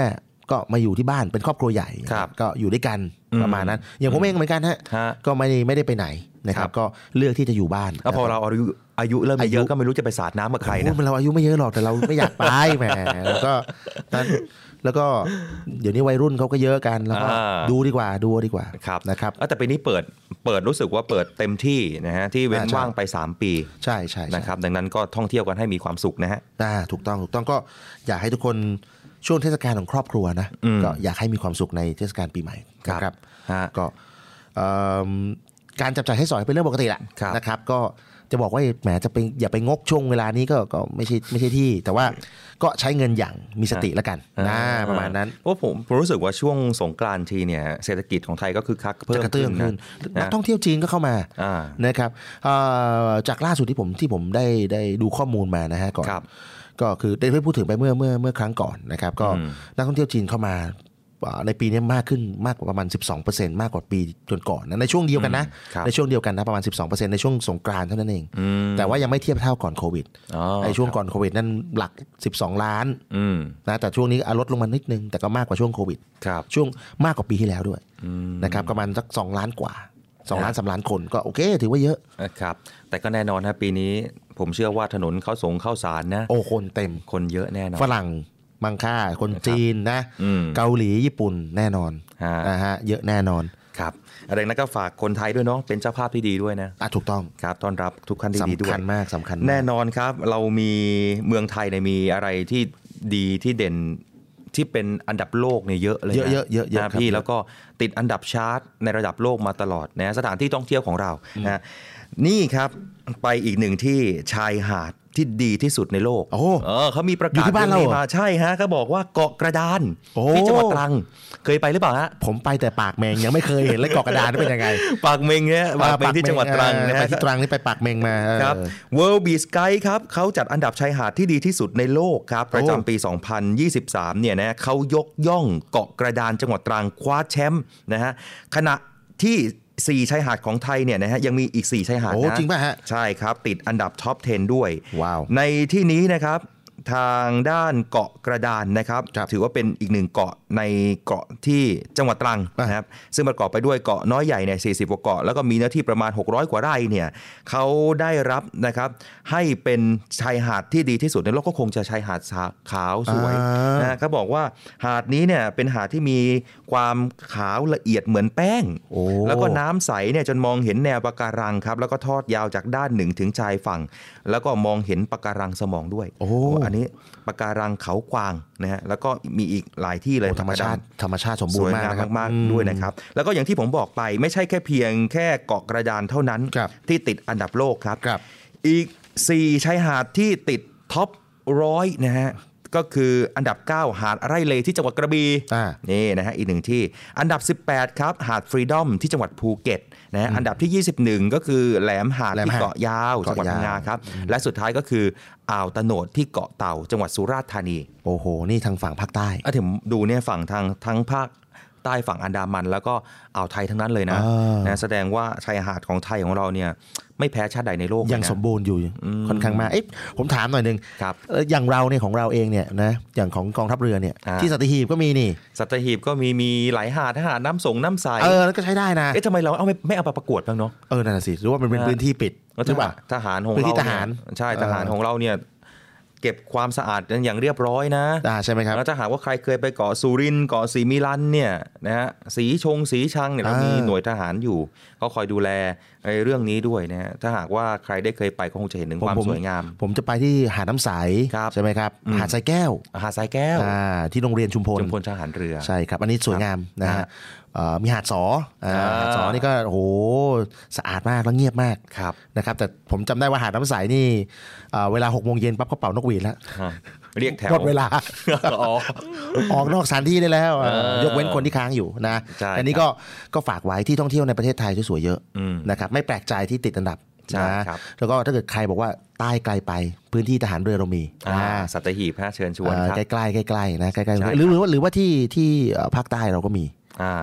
ก็มาอยู่ที่บ้านเป็นครอบครัวใหญ่ ครับ ก็อยู่ด้วยกัน อืม ประมาณนั้น อย่างผมเองเหมือนกันฮะ ฮะ ก็ไม่ได้ไม่ได้ไปไหนนะครั ครับ บ ก็เลือกที่จะอยู่บ้าน แล้วพอเราอายุอายุเริ่มเย อายุ อะก็ไม่รู้จะไปสาดน้ำกับใคร โอ้โห นะ มันเราอายุไม่เยอะหรอกแต่เราไม่อยากไป แหมแล้วก็นั้นแล้วก็เดี๋ยวนี้วัยรุ่นเขาก็เยอะกันแล้วก็ อ่า ดูดีกว่าดูดีกว่า ครับ นะครับ เอ้าแต่ปีนี้เปิดเปิดรู้สึกว่าเปิดเต็มที่นะฮะที่เว้น อ่าใช่ ว่างไป 3 ปี ใช่ใช่ใช่ นะครับดังนั้นก็ท่องเที่ยวกันให้มีความสุขนะฮะ อ่าถูกต้องถูกต้องก็อยากให้ทุกคนช่วงเทศกาลของครอบครัวนะ อืม ก็อยากให้มีความสุขในเทศกาลปีใหม่ ครับ นะครับ ฮะ ก็เอิ่มการจับจ่ายใช้สอยเป็นเรื่องปกติแหละ ครับ นะครับ ก็จะบอกว่าแหมจะไปอย่าไปงกช่วงเวลานี้ก็ก็ไม่ใช่ไม่ใช่ที่ แต่ว่าก็ใช้เงินอย่างมีสติแล้วกัน อ่า นะประมาณนั้น เพราะผมผมรู้สึกว่าช่วงสงกรานต์ทีเนี่ยเศรษฐกิจของไทยก็คึกคัก จะ เพิ่ม กระเตื้ ขึ้ อง น ขึ้นนั นะ กท่องเที่ยวจีนก็เข้ามา อ่า นะครับเอ่อจากล่าสุดที่ผมที่ผมได้ได้ดูข้อมูลมานะฮะก่อน ครับ ก็คือได้ได้พูดถึงไปเมื่อเมื่อเมื่อครั้งก่อนนะครับก็ อืม นักท่องเที่ยวจีนเข้ามาเอ่อในปีนี้มากขึ้นมากกว่าประมาณ 12%มากกว่าปีก่อนๆนะในช่วงเดียวกันนะ ครับ ในช่วงเดียวกันนะประมาณ 12%ในช่วงสงกรานต์เท่านั้นเอง อืม แต่ว่ายังไม่เทียบเท่าก่อนโควิด อ๋อ ไอ้ช่วง ครับ ก่อนโควิดนั่นหลัก 12 ล้าน อืม นะแต่ช่วงนี้อ่ะลดลงมานิดนึงแต่ก็มากกว่าช่วงโควิด ครับ ช่วงมากกว่าปีที่แล้วด้วย อืม นะครับประมาณสัก2ล้านกว่า2ล้าน ฮะ สามล้านคนก็โอเค ถือว่าเยอะ นะครับแต่ก็แน่นอนฮะปีนี้ผมเชื่อว่าถนนเข้าสงเข้าสารนะ โอ้คนเต็ม คนเยอะแน่นอน ฝรั่งมังค่า คนจีนนะ อืม เกาหลีญี่ปุ่นแน่นอน ฮะ นะฮะเยอะแน่นอน ครับดังนั้นก็ฝากคนไทยด้วยเนาะเป็นเจ้าภาพที่ดีด้วยนะ อ่ะถูกต้อง ครับต้อนรับทุกท่านที่ดีด้สำวย คัญมากสำคัญมาก แน่นอนครับ เรามีเมืองไทยเนี่ยมีอะไรที่ดีที่เด่นที่เป็นอันดับโลกเนี่ยเยอะเลยน เยอะๆเยอะๆ น ครับ พี่ เยอะ แล้วก็ติดอันดับชาร์ตในระดับโลกมาตลอดนะสถานที่ท่องเที่ยวของเรานะนี่ครับไปอีกหนึ่งที่ชายหาดที่ดีที่สุดในโลก โอ้ เออเขามีประกาศ อยู่ที่บ้านเราเหรอ องมาใช่ฮะก็บอกว่าเกาะกระดาน โอ้ ที่จังหวัดตรังเคยไปหรือเปล่าฮะ ผมไปแต่ปากแมงยังไม่เคยเห็นเลยเกาะกระดานนี่เป็นยังไง ปากเมงเนี่ยปากเมงที่จังหวัดตรังนะ เออไป ฮะ ที่ตรังนี่ไปปากแมงมาเออ ครับ World Beach Guide ครับเขาจัดอันดับชายหาดที่ดีที่สุดในโลกครับ ประจำปี 2023 เนี่ยนะเขายกย่องเกาะกระดานจังหวัดตรังคว้าแชมป์นะฮะขณะที่ 4 ชายหาดของไทยเนี่ยนะฮะยังมีอีก 4 ชายหาด โอ้ นะ จริงป่ะฮะ ใช่ครับ ติดอันดับท็อป 10 ด้วย ว้าว ในที่นี้นะครับทางด้านเกาะกระดานนะครับ ครับ ถือว่าเป็นอีกหนึ่งเกาะในเกาะที่จังหวัดตรัง อ่ะ นะครับ ซึ่งประกอบไปด้วยเกาะน้อยใหญ่เนี่ยสีกว่าเกาะ แล้วก็มีเนื้อที่ประมาณ 600 กว่าไร่เนี่ยเขาได้รับนะครับ ให้เป็นชายหาดที่ดีที่สุดในโลกก็คงจะชายหาดสาขาวสวย อ่าน นะเขาบอกว่าหาดนี้เนี่ยเป็นหาดที่มีความขาวละเอียดเหมือนแป้ง โอ้ แล้วก็น้ำใสเนี่ยจนมองเห็นแนวปะการังครับ แล้วก็ทอดยาวจากด้านหนึ่งถึงชายฝั่ง แล้วก็มองเห็นปะการังสมองด้วย โอ้ อันนี้ปะการังเขากวางนะฮะแล้วก็มีอีกหลายที่เลย โอ้ธรรมชาติธรรมชาติสมบู ส ร วย ณ์มาก งาม นะครับ มากๆด้วยนะครับ แล้วก็อย่างที่ผมบอกไปไม่ใช่แค่เพียงแค่เกาะกระดานเท่านั้น ครับ ที่ติดอันดับโลกครับ ครับ อีก 4ชายหาดที่ติดท็อปร้อยนะฮะ ก็คืออันดับ 9 หาดไร่เลที่จังหวัดกระบี อ่า นี่นะฮะอีกหนึ่งที่อันดับ 18 ครับ หาดฟรีดอมที่จังหวัดภูเก็ตนะฮะอันดับที่ 21 ก็คือแหลมหาดที่เกาะยาวจังหวัดพังงาครับ และสุดท้ายก็คืออ่าวตะโหนดที่เกาะเต่า จังหวัดสุราษฎร์ธานี โอ้โห นี่ทางฝั่งภาคใต้ อ่ะถึงดูเนี่ยฝั่งทางทั้งภาคใต้ฝั่งอันดามัน แล้วก็อ่าวไทยทั้งนั้นเลยนะ อ่าน นะแสดงว่าชายหาดของไทยของเราเนี่ยไม่แพ้ชาติใดในโลกเลย ยัง นะ สมบูรณ์อยู่ค่อนข้างมากเอ๊ะผมถามหน่อยหนึง ครับ เอ่ออย่างเราเนี่ยของเราเองเนี่ยนะอย่างของกองทัพเรือเนี่ย อ่า ที่สัตหีบก็มีนี่ สัตหีบก็มีมีหลายหาดหาดน้ำสงน้ำใส เออแล้วก็ใช้ได้นะ เอ๊ะทำไมเราเอาไม่ไม่เอาไปประกวดบ้างเนาะ เออนั่นนะสิหรือว่ามันเป็น นะ พื้นที่ปิดหรือเปล่า ทหารของ พื้น เรา ที่ เนี่ทยหาร ใช่ทหาร เออ ของเราเนี่ยเก็บความสะอาดกันอย่างเรียบร้อยนะ อ่าใช่ไหมครับ แล้วถ้าหากว่าใครเคยไปเกาะสุรินทร์เกาะสีมิลันเนี่ยนะฮะสีชงสีชังเนี่ยเรา อ่ามี มีหน่วยทหารอยู่เขาคอยดูแลไอ้เรื่องนี้ด้วยนะฮะถ้าหากว่าใครได้เคยไปก็คงจะเห็นถึงความสวยงาม ผมจะไปที่หาดน้ำใส ครับ ใช่ไหมครับหาดทรายแก้ว หาดทรายแก้ว อ่าที่โรงเรียนชุมพล จมพลทหารเรือ ใช่ครับ อันนี้สวยงามนะฮะ ฮะ เอ่อมีหาดสออ่า อ่า หาดสอนี่ก็โอ้โหสะอาดมากแล้วเงียบมาก ครับ นะครับแต่ผมจำได้ว่าหาดน้ำใสนี่เอ่อเวลา6กโมงเย็นปั๊บเขาเป่านกหวีดแล้ว ฮะ เรียกแถว หมดเวลา อ๋อ ออกนอกสถานที่ได้แล้ว เออย กเว้นคนที่ค้างอยู่นะ ใช่ อันนี้ก็ก็ฝากไว้ที่ท่องเที่ยวในประเทศไทยสวยๆเยอะ อืม นะครับไม่แปลกใจที่ติดอันดับ ใช่ นะครับ แล้วก็ถ้าเกิดใครบอกว่าใต้ไกลไปพื้นที่ทหารเรือเรามี อ่า อ่า สัตหีบฮะเชิญชวน เอ่อ ครับ ใกล้ๆใกล้ๆนะใกล้ ใช่ ๆหรือหรือว่าหรือว่าที่ที่เอ่อภาคใต้เราก็มี อ่า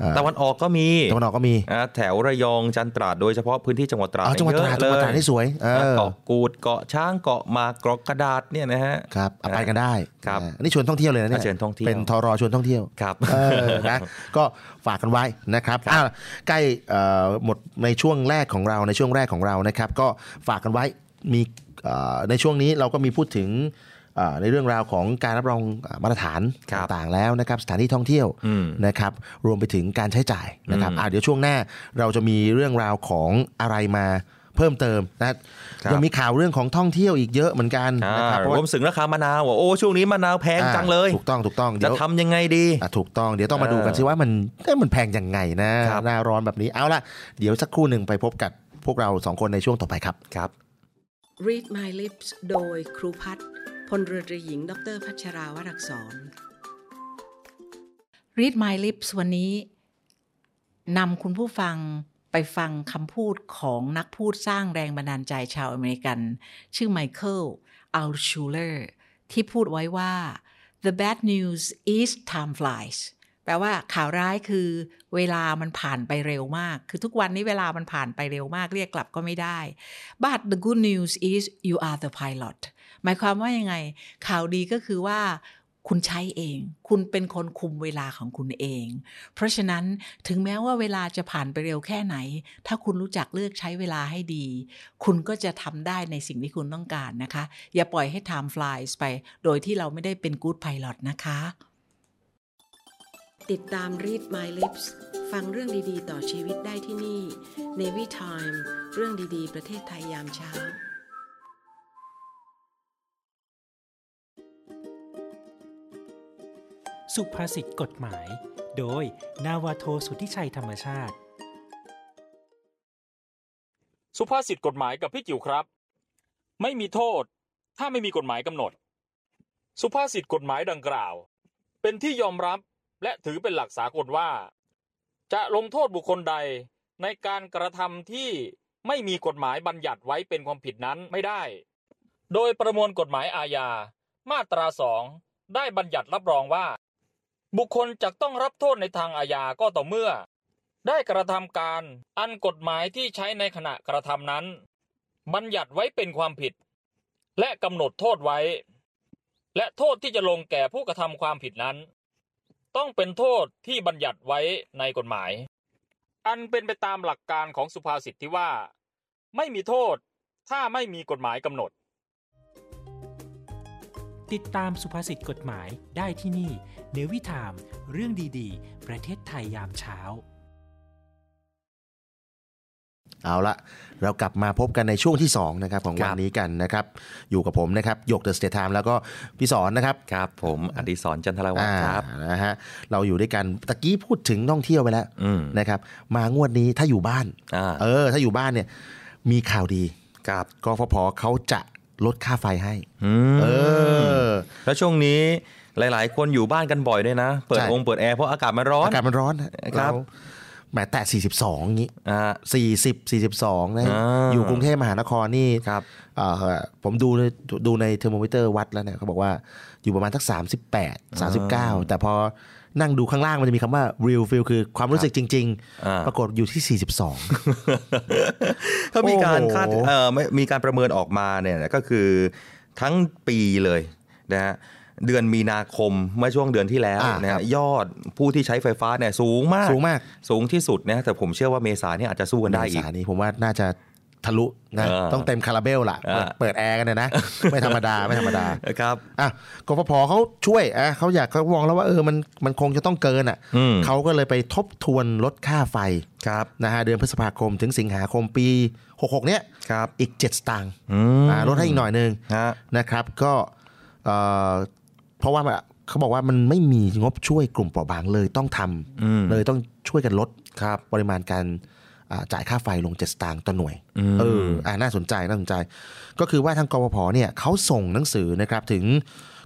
เอ่อ ตะวันออกก็มี ตะวันออกก็มี อ่าแถวระยองจันทร์ตราดโดยเฉพาะพื้นที่จังหวัดตราด อ๋อจังหวัดตราด เยอะ จังหวัด เลย ตราดที่สวยเออ เกาะกูดเกาะช้างเกาะหมากเกาะกระดาษเนี่ยนะฮะ ครับเอาไปกันได้ ครับ นะอันนี่ชวนท่องเที่ยวเลยนะเนี่ย อ่ะเชิญท่องเที่ยว เป็นทรชวนท่องเที่ยว ครับ เอ อนะก็ฝากกันไว้นะครับอ่ะใกล้เอ่อหมดในช่วงแรกของเราในช่วงแรกของเรานะครับ ก็ฝากกันไว้มีเอ่อในช่วงนี้เราก็มีพูดถึงเอ่อในเรื่องราวของการรับรองมาตรฐาน ครับ ต่างๆแล้วนะครับ สถานที่ท่องเที่ยว อืม นะครับ รวมไปถึงการใช้จ่ายนะครับ อืม อ่ะเดี๋ยวช่วงหน้าเราจะมีเรื่องราวของอะไรมาเพิ่มเติมนะครับ ยังมีข่าวเรื่องของท่องเที่ยวอีกเยอะเหมือนกัน อ่า นะครับเพ ร ราะ วมถึงราคามะนาวว่าโอ้ช่วงนี้มะนาวแพง อ่า จังเลย ถูกต้องถูกต้อง จะ เดี๋ยว ทำยังไงดี อ่ะถูกต้องเดี๋ยวต้องมา เออ ดูกันสิว่ามันเอ๊ะมันแพงยังไงนะครับ หน้าร้อนแบบนี้เอาล่ะ เดี๋ยวสักครู่หนึ่งไปพบกับพวกเราสองคนในช่วงต่อไปครับ ครับ Read My Lips โดยครูพัฒน์พลเรือตรีหญิง ดรพัชราวรักษร Read My Lips วันนี้นำคุณผู้ฟังไปฟังคำพูดของนักพูดสร้างแรงบันดาลใจชาวอเมริกัน ชื่อไมเคิลอัลชูเลอร์ที่พูดไว้ว่า the bad news is time flies แปลว่าข่าวร้ายคือเวลามันผ่านไปเร็วมาก คือทุกวันนี้เวลามันผ่านไปเร็วมากเรียกกลับก็ไม่ได้ but the good news is you are the pilot หมายความว่ายังไง ข่าวดีก็คือว่า คุณใช้เอง คุณเป็นคนคุมเวลาของคุณเอง เพราะฉะนั้นถึงแม้ว่าเวลาจะผ่านไปเร็วแค่ไหน ถ้าคุณรู้จักเลือกใช้เวลาให้ดี คุณก็จะทำได้ในสิ่งที่คุณต้องการนะคะ อย่าปล่อยให้ time flies ไป โดยที่เราไม่ได้เป็น good pilot นะคะ ติดตาม Read My Lips ฟังเรื่องดีๆ ต่อชีวิตได้ที่นี่ Navy Time เรื่องดีๆ ประเทศไทยยามเช้า สุภาษิตกฎหมาย โดย นาวาโทสุทธิชัยธรรมชาติ สุภาษิตกฎหมายกับพี่จิ๋วครับ ไม่มีโทษ ถ้าไม่มีกฎหมายกำหนด สุภาษิตกฎหมายดังกล่าว เป็นที่ยอมรับและถือเป็นหลักสากลว่า จะลงโทษบุคคลใดในการกระทำที่ไม่มีกฎหมายบัญญัติไว้เป็นความผิดนั้นไม่ได้ โดยประมวลกฎหมายอาญามาตราสองได้บัญญัติรับรองว่า บุคคลจะต้องรับโทษในทางอาญาก็ต่อเมื่อ ได้กระทำการอันกฎหมายที่ใช้ในขณะกระทำนั้น บัญญัติไว้เป็นความผิด และกำหนดโทษไว้ และโทษที่จะลงแก่ผู้กระทำความผิดนั้น ต้องเป็นโทษที่บัญญัติไว้ในกฎหมาย อันเป็นไปตามหลักการของสุภาษิตที่ว่า ไม่มีโทษถ้าไม่มีกฎหมายกำหนด ติดตามสุภาษิตกฎหมายได้ที่นี่ เนวิทาม เรื่องดีๆ ประเทศไทยยามเช้า เอาละเรากลับมาพบกันในช่วงที่2นะครับของวันนี้กันนะครับ อยู่กับผมนะครับหยกเดอะสเตทามแล้วก็พี่สอนนะครับ ครับผมอดิศรจันทรวัฒ อ่า น์ครับ นะฮะเราอยู่ด้วยกันตะกี้พูดถึงท่องเที่ยวไปแล้ว อืม นะครับ มางวดนี้ถ้าอยู่บ้าน อ่า เออ ถ้าอยู่บ้านเนี่ยมีข่าวดี ครับ กฟผเขาจะลดค่าไฟให้ อืม เออ แล้วช่วงนี้หลาย ๆ คนอยู่บ้านกันบ่อยด้วยนะ เปิด ใช่ องค์เปิดแอร์เพราะอากาศมันร้อน อากาศมันร้อนนะครับ เาแหมแต่ 42อย่างนี้ อ่า 40 42 นะ อ่า อยู่กรุงเทพมหานครนี่ ครับ เอ่อผมดูในดูในเทอร์โมมิเตอร์วัดแล้วเนี่ยเขาบอกว่าอยู่ประมาณทัก 38 39 แต่พอนั่งดูข้างล่างมันจะมีคำว่า real feel คือความรู้สึกจริง อ่า ๆ ปรากฏอยู่ที่ 42 ถ้ามีการ โอ้โห คาดเอ่อไม่มีการประเมินออกมาเนี่ยก็คือทั้งปีเลยนะฮะเดือนมีนาคมเมื่อช่วงเดือนที่แล้ว อ่า นะ ครั ฮะ บ ยอดผู้ที่ใช้ไฟฟ้าเนี่ยสูงมาก สูงมาก สูงที่สุดนะแต่ผมเชื่อว่าเมษาเนี่ยอาจจะสู้กันได้อีก เมษานี้ผมว่าน่าจะทะลุนะ เออ ต้องเต็มคาราเบลล่ะ อ่า เปิดแอร์กัน เนี่ยนะ ไม่ธรรมดาไม่ธรรมดา นะครับ อ่ะกฟผเขาช่วยอ่ะเขาอยากเขามองแล้วว่าเออมันมันคงจะต้องเกินอ่ะ อืม เขาก็เลยไปทบทวนลดค่าไฟ ครับ นะฮะเดือนพฤษภาคมถึงสิงหาคมปี 66 เนี้ย ครับ อีก 7 สตางค์ อืม อ่าลดให้อีกหน่อยนึง ฮะ นะครับก็เอ่อเพราะว่ามันเขาบอกว่ามันไม่มีงบช่วยกลุ่มเปราะบางเลยต้องท อืม ำเลยต้องช่วยกันลด ครับ ปริมาณการอ่าจ่ายค่าไฟลง 7 สตางค์ต่อหน่วย อืม เอออ่าน่าสนใจ น่าสนใจ ก็คือว่าทางกรพเนี่ยเขาส่งหนังสือนะครับถึง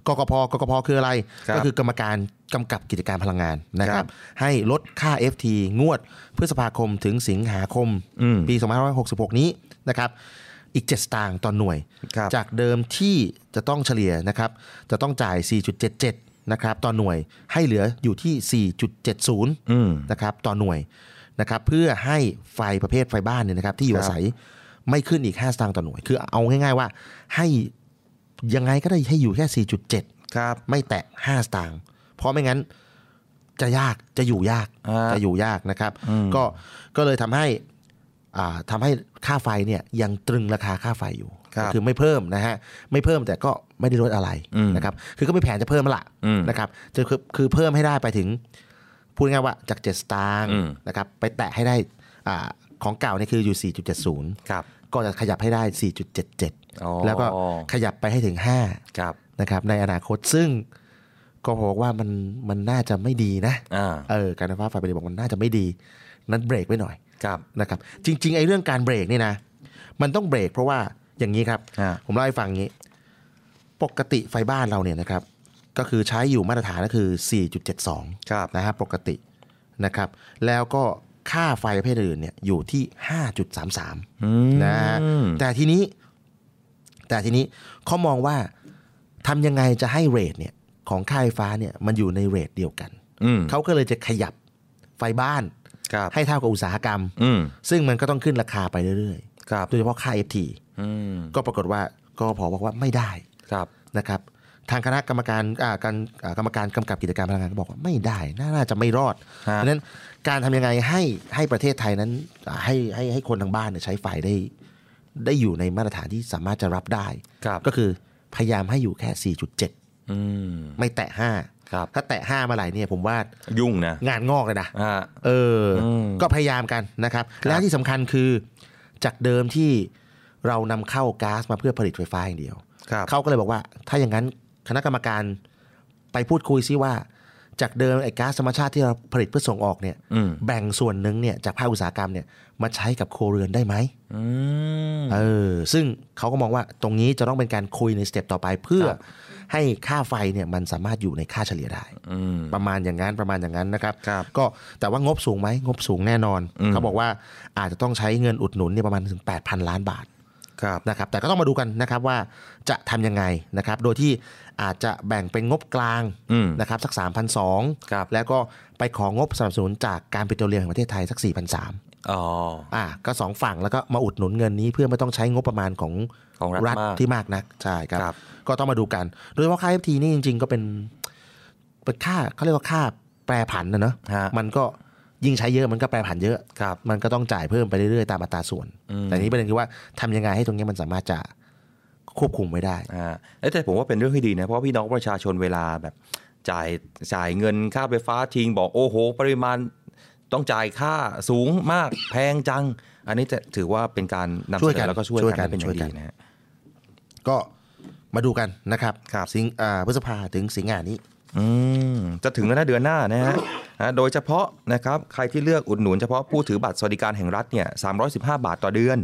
กกพกกพคืออะไร ครับ ก็คือกรรมการกำกับกิจการพลังงานนะค ครั รับ บ ให้ลดค่า FT งวดพฤษภาคมถึงสิงหาคม อืม ปี2566 นี้นะครับ อีก 7 สตางค์ต่อนหน่วย ครับ จากเดิมที่จะต้องเฉลี่ยนะครับ จะต้องจ่าย 4.77 นะครับต่อนหน่วย ให้เหลืออยู่ที่ 4.70 อืม นะครับต่อหน่วยนะครับเพื่อให้ไฟประเภทไฟบ้านเนี่ยนะครับที่อยู่ ครับ อาศัยไม่ขึ้นอีก 5 สตางค์ต่อหน่วย คือเอาง่ายๆว่าให้ยังไงก็ได้ให้อยู่แค่ 4.7 ครับ ไม่แตะ 5 สตางค์เพราะไม่งั้นจะยากจะอยู่ยาก อ่า จะอยู่ยากนะครับ อืม ก็ก็เลยทำให้อ่าทำให้ค่าไฟเนี่ยยังตรึงราคาค่าไฟอยู่ ครับ ก็คือไม่เพิ่มนะฮะไม่เพิ่มแต่ก็ไม่ได้ลดอะไร อืม นะครับคือก็ไม่แผนจะเพิ่มแล้วละ อืม นะครับจะคือคือเพิ่มให้ได้ไปถึง พูดง่ายๆว่าจาก 7 สตางค์ อืม นะครับไปแตะให้ได้อ่าของเก่าเนี่ยคืออยู่ 4.70 ครับ ก็จะขยับให้ได้ อ๋อ 4.77 แล้วก็ขยับไปให้ถึง 5 ครับ นะครับในอนาคตซึ่งก็บอกว่ามันมันน่าจะไม่ดีนะ อ่า เออการไฟฟ้าฝ่ายผลิตบอกมันน่าจะไม่ดีนั้นเบรกไว้หน่อย ครับ นะครับจริง ๆ ไอ้เรื่องการเบรกเนี่ยนะ มันต้องเบรกเพราะว่าอย่างนี้ครับ อ่า ผมเล่าให้ฟังอย่างนี้ ปกติไฟบ้านเราเนี่ยนะครับ ก็คือใช้อยู่มาตรฐานก็คือ 4.72 ครับ นะฮะปกตินะครับ แล้วก็ค่าไฟประเภทอื่นเนี่ยอยู่ที่ 5.33 นะฮะแต่ทีนี้ แต่ทีนี้เขามองว่าทำยังไงจะให้เรทเนี่ยของค่าไฟฟ้าเนี่ยมันอยู่ในเรทเดียวกัน อืม เขาก็เลยจะขยับไฟบ้าน ครับ ให้เท่ากับอุตสาหกรรม อืม ซึ่งมันก็ต้องขึ้นราคาไปเรื่อย ครับ ๆ โดยเฉพาะค่า FT อืม ก็ปรากฏว่ากพอบอกว่าไม่ได้ ครับ นะครับทางคณะกรรมการอ่าการอ่ากรรมการกำกับกิจการพลังงานก็บอกว่าไม่ได้น่าน่าจะไม่รอด ฮะ ดังนั้นการทำยังไงให้ให้ประเทศไทยนั้นอ่าให้ให้ให้คนทางบ้านเนี่ยใช้ไฟได้ได้อยู่ในมาตรฐานที่สามารถจะรับได้ ครับ ก็คือพยายามให้อยู่แค่ 4.7 อืม ไม่แตะ ครับ 5 ถ้าแตะ 5 มาไหร่เนี่ยผมว่า ยุ่งนะ งานงอกเลยนะ อ่า เอออ ม ก็พยายามกันนะครับ ครับ และที่สำคัญคือจากเดิมที่เรานำเข้าก๊าซมาเพื่อผลิตไฟฟ้าอย่างเดียว ครับ เขาก็เลยบอกว่า ถ้าอย่างนั้นคณะกรรมการไปพูดคุยซิว่า จากเดิมไอ้ก๊าซธรรมชาติที่เราผลิตเพื่อส่งออกเนี่ย อืม แบ่งส่วนหนึ่งเนี่ยจากภาคอุตสาหกรรมเนี่ยมาใช้กับครัวเรือนได้ไหม อืม เออซึ่งเขาก็มองว่าตรงนี้จะต้องเป็นการคุยในสเต็ปต่อไปเพื่อ ครับ ให้ค่าไฟเนี่ยมันสามารถอยู่ในค่าเฉลี่ยได้ อืม ประมาณอย่างนั้นประมาณอย่างนั้นนะครับ ครับ ก็แต่ว่างบสูงไหมงบสูงแน่นอน อืม เขาบอกว่าอาจจะต้องใช้เงินอุดหนุนเนี่ยประมาณถึง8,000 ล้านบาท ครับ นะครับแต่ก็ต้องมาดูกันนะครับว่าจะทำยังไงนะครับ โดยที่อาจจะแบ่งเป็นงบกลาง อืม นะครับสัก ครับ 3,200 แล้วก็ไปของงบสนับสนุนจากการปิโตรเลียมแห่งประเทศไทยสัก 4,300 อ๋อ อ่าก็ 2 ฝั่งแล้วก็มาอุดหนุนเงินนี้เพื่อไม่ต้องใช้งบประมาณของ ของรัฐมาก ที่มากนักใช่ครับ ครับ ก็ต้องมาดูกัน โดยเฉพาะค่า FT นี่จริง ๆ ก็เป็นเป็นค่าเขาเรียกว่าค่าแปรผันนะเนอะ ฮะ มันก็ยิ่งใช้เยอะมันก็แปรผันเยอะ ครับ มันก็ต้องจ่ายเพิ่มไปเรื่อยๆ ตามอัตราส่วน อืม แต่นี้ประเด็นคือว่าทำยังไงให้ตรงเนี้ยมันสามารถจะควบคุมไว้ได้ อ่าเอ้ยแต่ผมว่าเป็นเรื่องที่ดีนะ เพราะว่าพี่น้องประชาชนเวลาแบบจ่ายจ่ายเงินค่าไฟฟ้าทิ้งบอกโอ้โห ปริมาณต้องจ่ายค่าสูงมากแพงจัง อันนี้จะถือว่าเป็นการนำ ช่วเสย น กั อน แล้วก็ช่วย ช่วยกั กัน นให้เป็นอย่าง ช่วยกั ดี น นะฮะ ก็มาดูกันนะครับ ครับ สิงอ่าพฤษภาถึงสิงหานี้ อืมจะถึงแล้วนะเดือนหน้านะฮะ อ่าโดยเฉพาะนะครับใครที่เลือกอุดหนุนเฉพาะผู้ถือบัตรสวัสดิการแห่งรัฐเนี่ย315 บาทต่อเดือน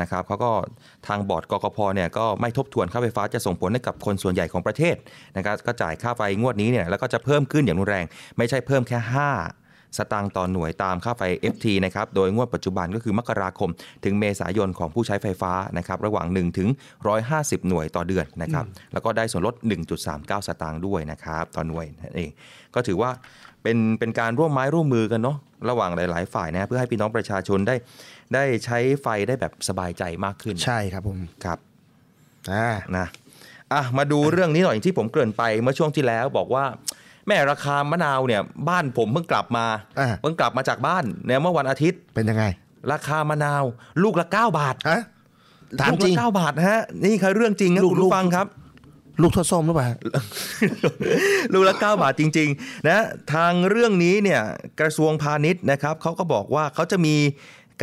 นะครับเขาก็ทางบอร์ดกกพเนี่ยก็ไม่ทบทวนค่าไฟฟ้าจะส่งผลให้กับคนส่วนใหญ่ของประเทศนะครับก็จ่ายค่าไฟงวดนี้เนี่ยแล้วก็จะเพิ่มขึ้นอย่างรุนแรง ไม่ใช่เพิ่มแค่ 5 สตางค์ต่อหน่วยตามค่าไฟ FT นะครับโดยงวดปัจจุบันก็คือมกราคม ถึงเมษายนของผู้ใช้ไฟฟ้านะครับระหว่าง1ถึง150 หน่วยต่อเดือนนะครับแล้วก็ได้ส่วนลด 1.39 สตางค์ด้วยนะครับต่อหน่วยนั่นเอง ก็ถือว่าเป็นเป็นการร่วมไม้ร่วมมือกันเนาะระหว่างหลาย ๆ ฝ่ายนะเพื่อให้พี่น้องประชาชนได้ ได้ใช้ไฟได้แบบสบายใจมากขึ้น ใช่ครับผม ครับ อ่า นะอ่ะมาดูเรื่องนี้หน่อยที่ผมเกริ่นไปเมื่อช่วงที่แล้วบอกว่า แม่ราคามะนาวเนี่ยบ้านผมเพิ่งกลับมา อ่า เพิ่งกลับมาจากบ้านเนี่ยเมื่อวันอาทิตย์ เป็นยังไง ราคามะนาวลูกละ 9 บาท ฮะถาม ลูก จริ ละ ง 9บาทนะฮะนี่คือเรื่องจริงนะ ลูก คุณลูผู้ก ฟังครับ ลูกทวดส้มหรือเปล่า ลูกละ9บาทจ ริงๆนะทางเรื่องนี้เนี่ยกระทรวงพาณิชย์นะครับเขาก็บอกว่าเขาจะมี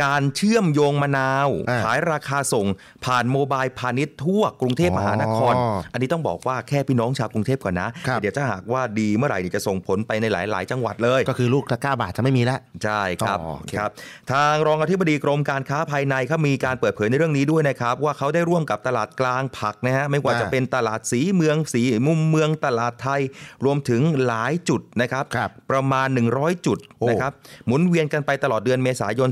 การเชื่อมโยงมะนาว อ่า ขายราคาส่ง ผ่านโมบายพาณิชย์ทั่วกรุงเทพมหานคร อ๋ออั อันนี้ต้องบอกว่าแค่พี่น้องชาวกรุงเทพก่อนนะ ครับ เดี๋ยวถ้าหากว่าดีเมื่อไหร่เนี่ยจะส่งผลไปในหลาย ๆ จังหวัดเลย ก็คือลูกตะกร้าบาทจะไม่มีแล้ว ใช่ครับ อ๋อโอเค ครับ ทางรองอธิบดีกรมการค้าภายในเขามีการเปิดเผยในเรื่องนี้ด้วยนะครับ ว่าเขาได้ร่วมกับตลาดกลางผักนะฮะไม่ว่า อ่า จะเป็นตลาดสีเมืองสีมุมเมืองตลาดไทย รวมถึงหลายจุดนะครับ ครับ ประมาณ 100 จุด โอ้ นะครับหมุนเวียนกันไปตลอดเดือนเมษายน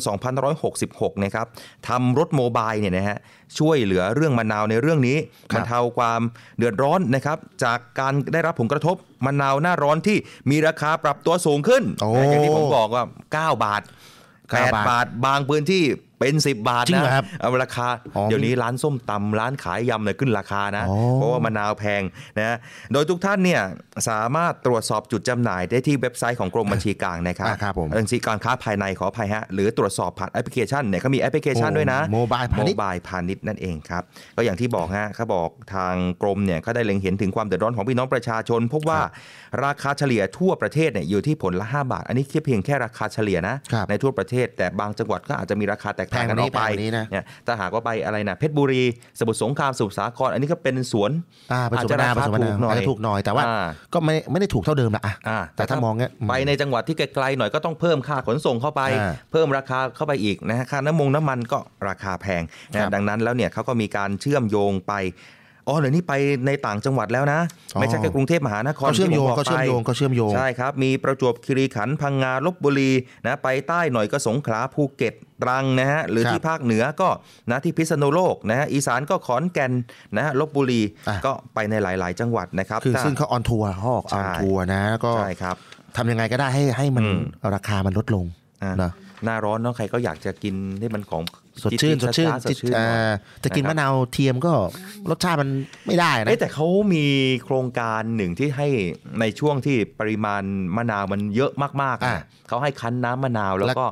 2566 นะครับทำรถโมบายเนี่ยนะฮะช่วยเหลือเรื่องมะนาวในเรื่องนี้บรรเทาความเดือดร้อนนะครับจากการได้รับผลกระทบมะนาวหน้าร้อนที่มีราคาปรับตัวสูงขึ้น โอ้ อย่างที่ผมบอกว่า 9 บาท เก้าบาท 8 บาท บางพื้นที่เป็น 10 บาท จริงเหรอ นะครับ เอาราคา อ๋อ เดี๋ยวนี้ร้านส้มตำร้านขายยำเนี่ยขึ้นราคานะ อ๋อ เพราะว่ามะนาวแพงนะโดยทุกท่านเนี่ยสามารถตรวจสอบจุดจำหน่ายได้ที่เว็บไซต์ของกรมบัญชีกลางนะครับ อ่าครับผม บัญชีกลางค้าภายในขออภัยฮะ หรือตรวจสอบผ่านแอปพลิเคชันเนี่ยเขามีแอปพลิเคชัน โอ้ ด้วยนะ Mobile พาณิชย์ บายพาณิชย์นั่นเองครับ ก็อย่างที่บอกฮะเขาบอกทางกรมเนี่ยเขาได้เล็งเห็นถึงความเดือดร้อนของพี่น้องประชาชน พบว่าราคาเฉลี่ยทั่วประเทศเนี่ยอยู่ที่ผลละ 5 บาท อันนี้คิดเพียงแค่ราคาเฉลี่ยนะ ครับ ในทั่วประเทศ แต่บางจังหวัดก็อาจจะมีราคาแตกต่างกันออกไป แพงกว่านี้แพงกว่านี้นะ เนี่ยถ้าหากว่าไปอะไรนะเพชรบุรี สมุทรสงครามสมุทรสาครอันนี้ก็เป็นสวน อ่าเป็นสมนา อาจ เป็น จะ สมนา ราคาถูกหน่อย อาจจะถูกหน่อยแต่ว่า อ่า ก็ไม่ไม่ได้ถูกเท่าเดิมละอ่ะ อ่า แต่ถ้ามองเงี้ย ไปในจังหวัดที่ไกลๆหน่อยก็ต้องเพิ่มค่าขนส่งเข้าไป อ่า เพิ่มราคาเข้าไปอีกนะฮะค่าน้ำมงน้ำมันก็ราคาแพงนะ ครั ฮะ บ ดังนั้นแล้วเนี่ยเขาก็มีการเชื่อมโยงไปอ๋อเดี๋ยวนี้ไปในต่างจังหวัดแล้วนะ อ๋อ ไม่ใช่แค่กรุงเทพมหานคร ก็เชื่อมโยง ที่ผบ ก็เชื่อมโยง ไป ก็เชื่อมโยง ใช่ครับ มีประจวบคีรีขันธ์พังงาลบบุรีนะไปใต้หน่อยก็สงขลาภูเก็ตตรังนะฮะหรือ ครับ ที่ภาคเหนือก็นะที่พิษณุโลกนะฮะอีสานก็ขอนแก่นนะฮะลบบุรี อ่ะ ก็ไปในหลาย ๆ จังหวัดนะครับ คือ ถ้า ซึ่งเขาออนทัวร์เขาออกอ ใช่ อนทัวร์นะแล้วก็ ใช่ครับ ทำยังไงก็ได้ให้ให้มัน อืม ราคามันลดลง อ่ะ นะ หน้าร้อนเนาะใครก็อยากจะกินที่มันของ สดชื่นส จี๊ ด ๆ ชื่น ช้าๆส จิ ด ต ชื่นหน่ อ่ อย าจะกินมะนาวเทียมก็รสชาติมันไม่ได้นะ เอ๊ะแต่เขามีโครงการหนึ่งที่ให้ในช่วงที่ปริมาณมะนาวมันเยอะมากๆ อ่ะ อ่ะเขาให้คั้นน้ำมะนาวแล้ว แล้ว ก็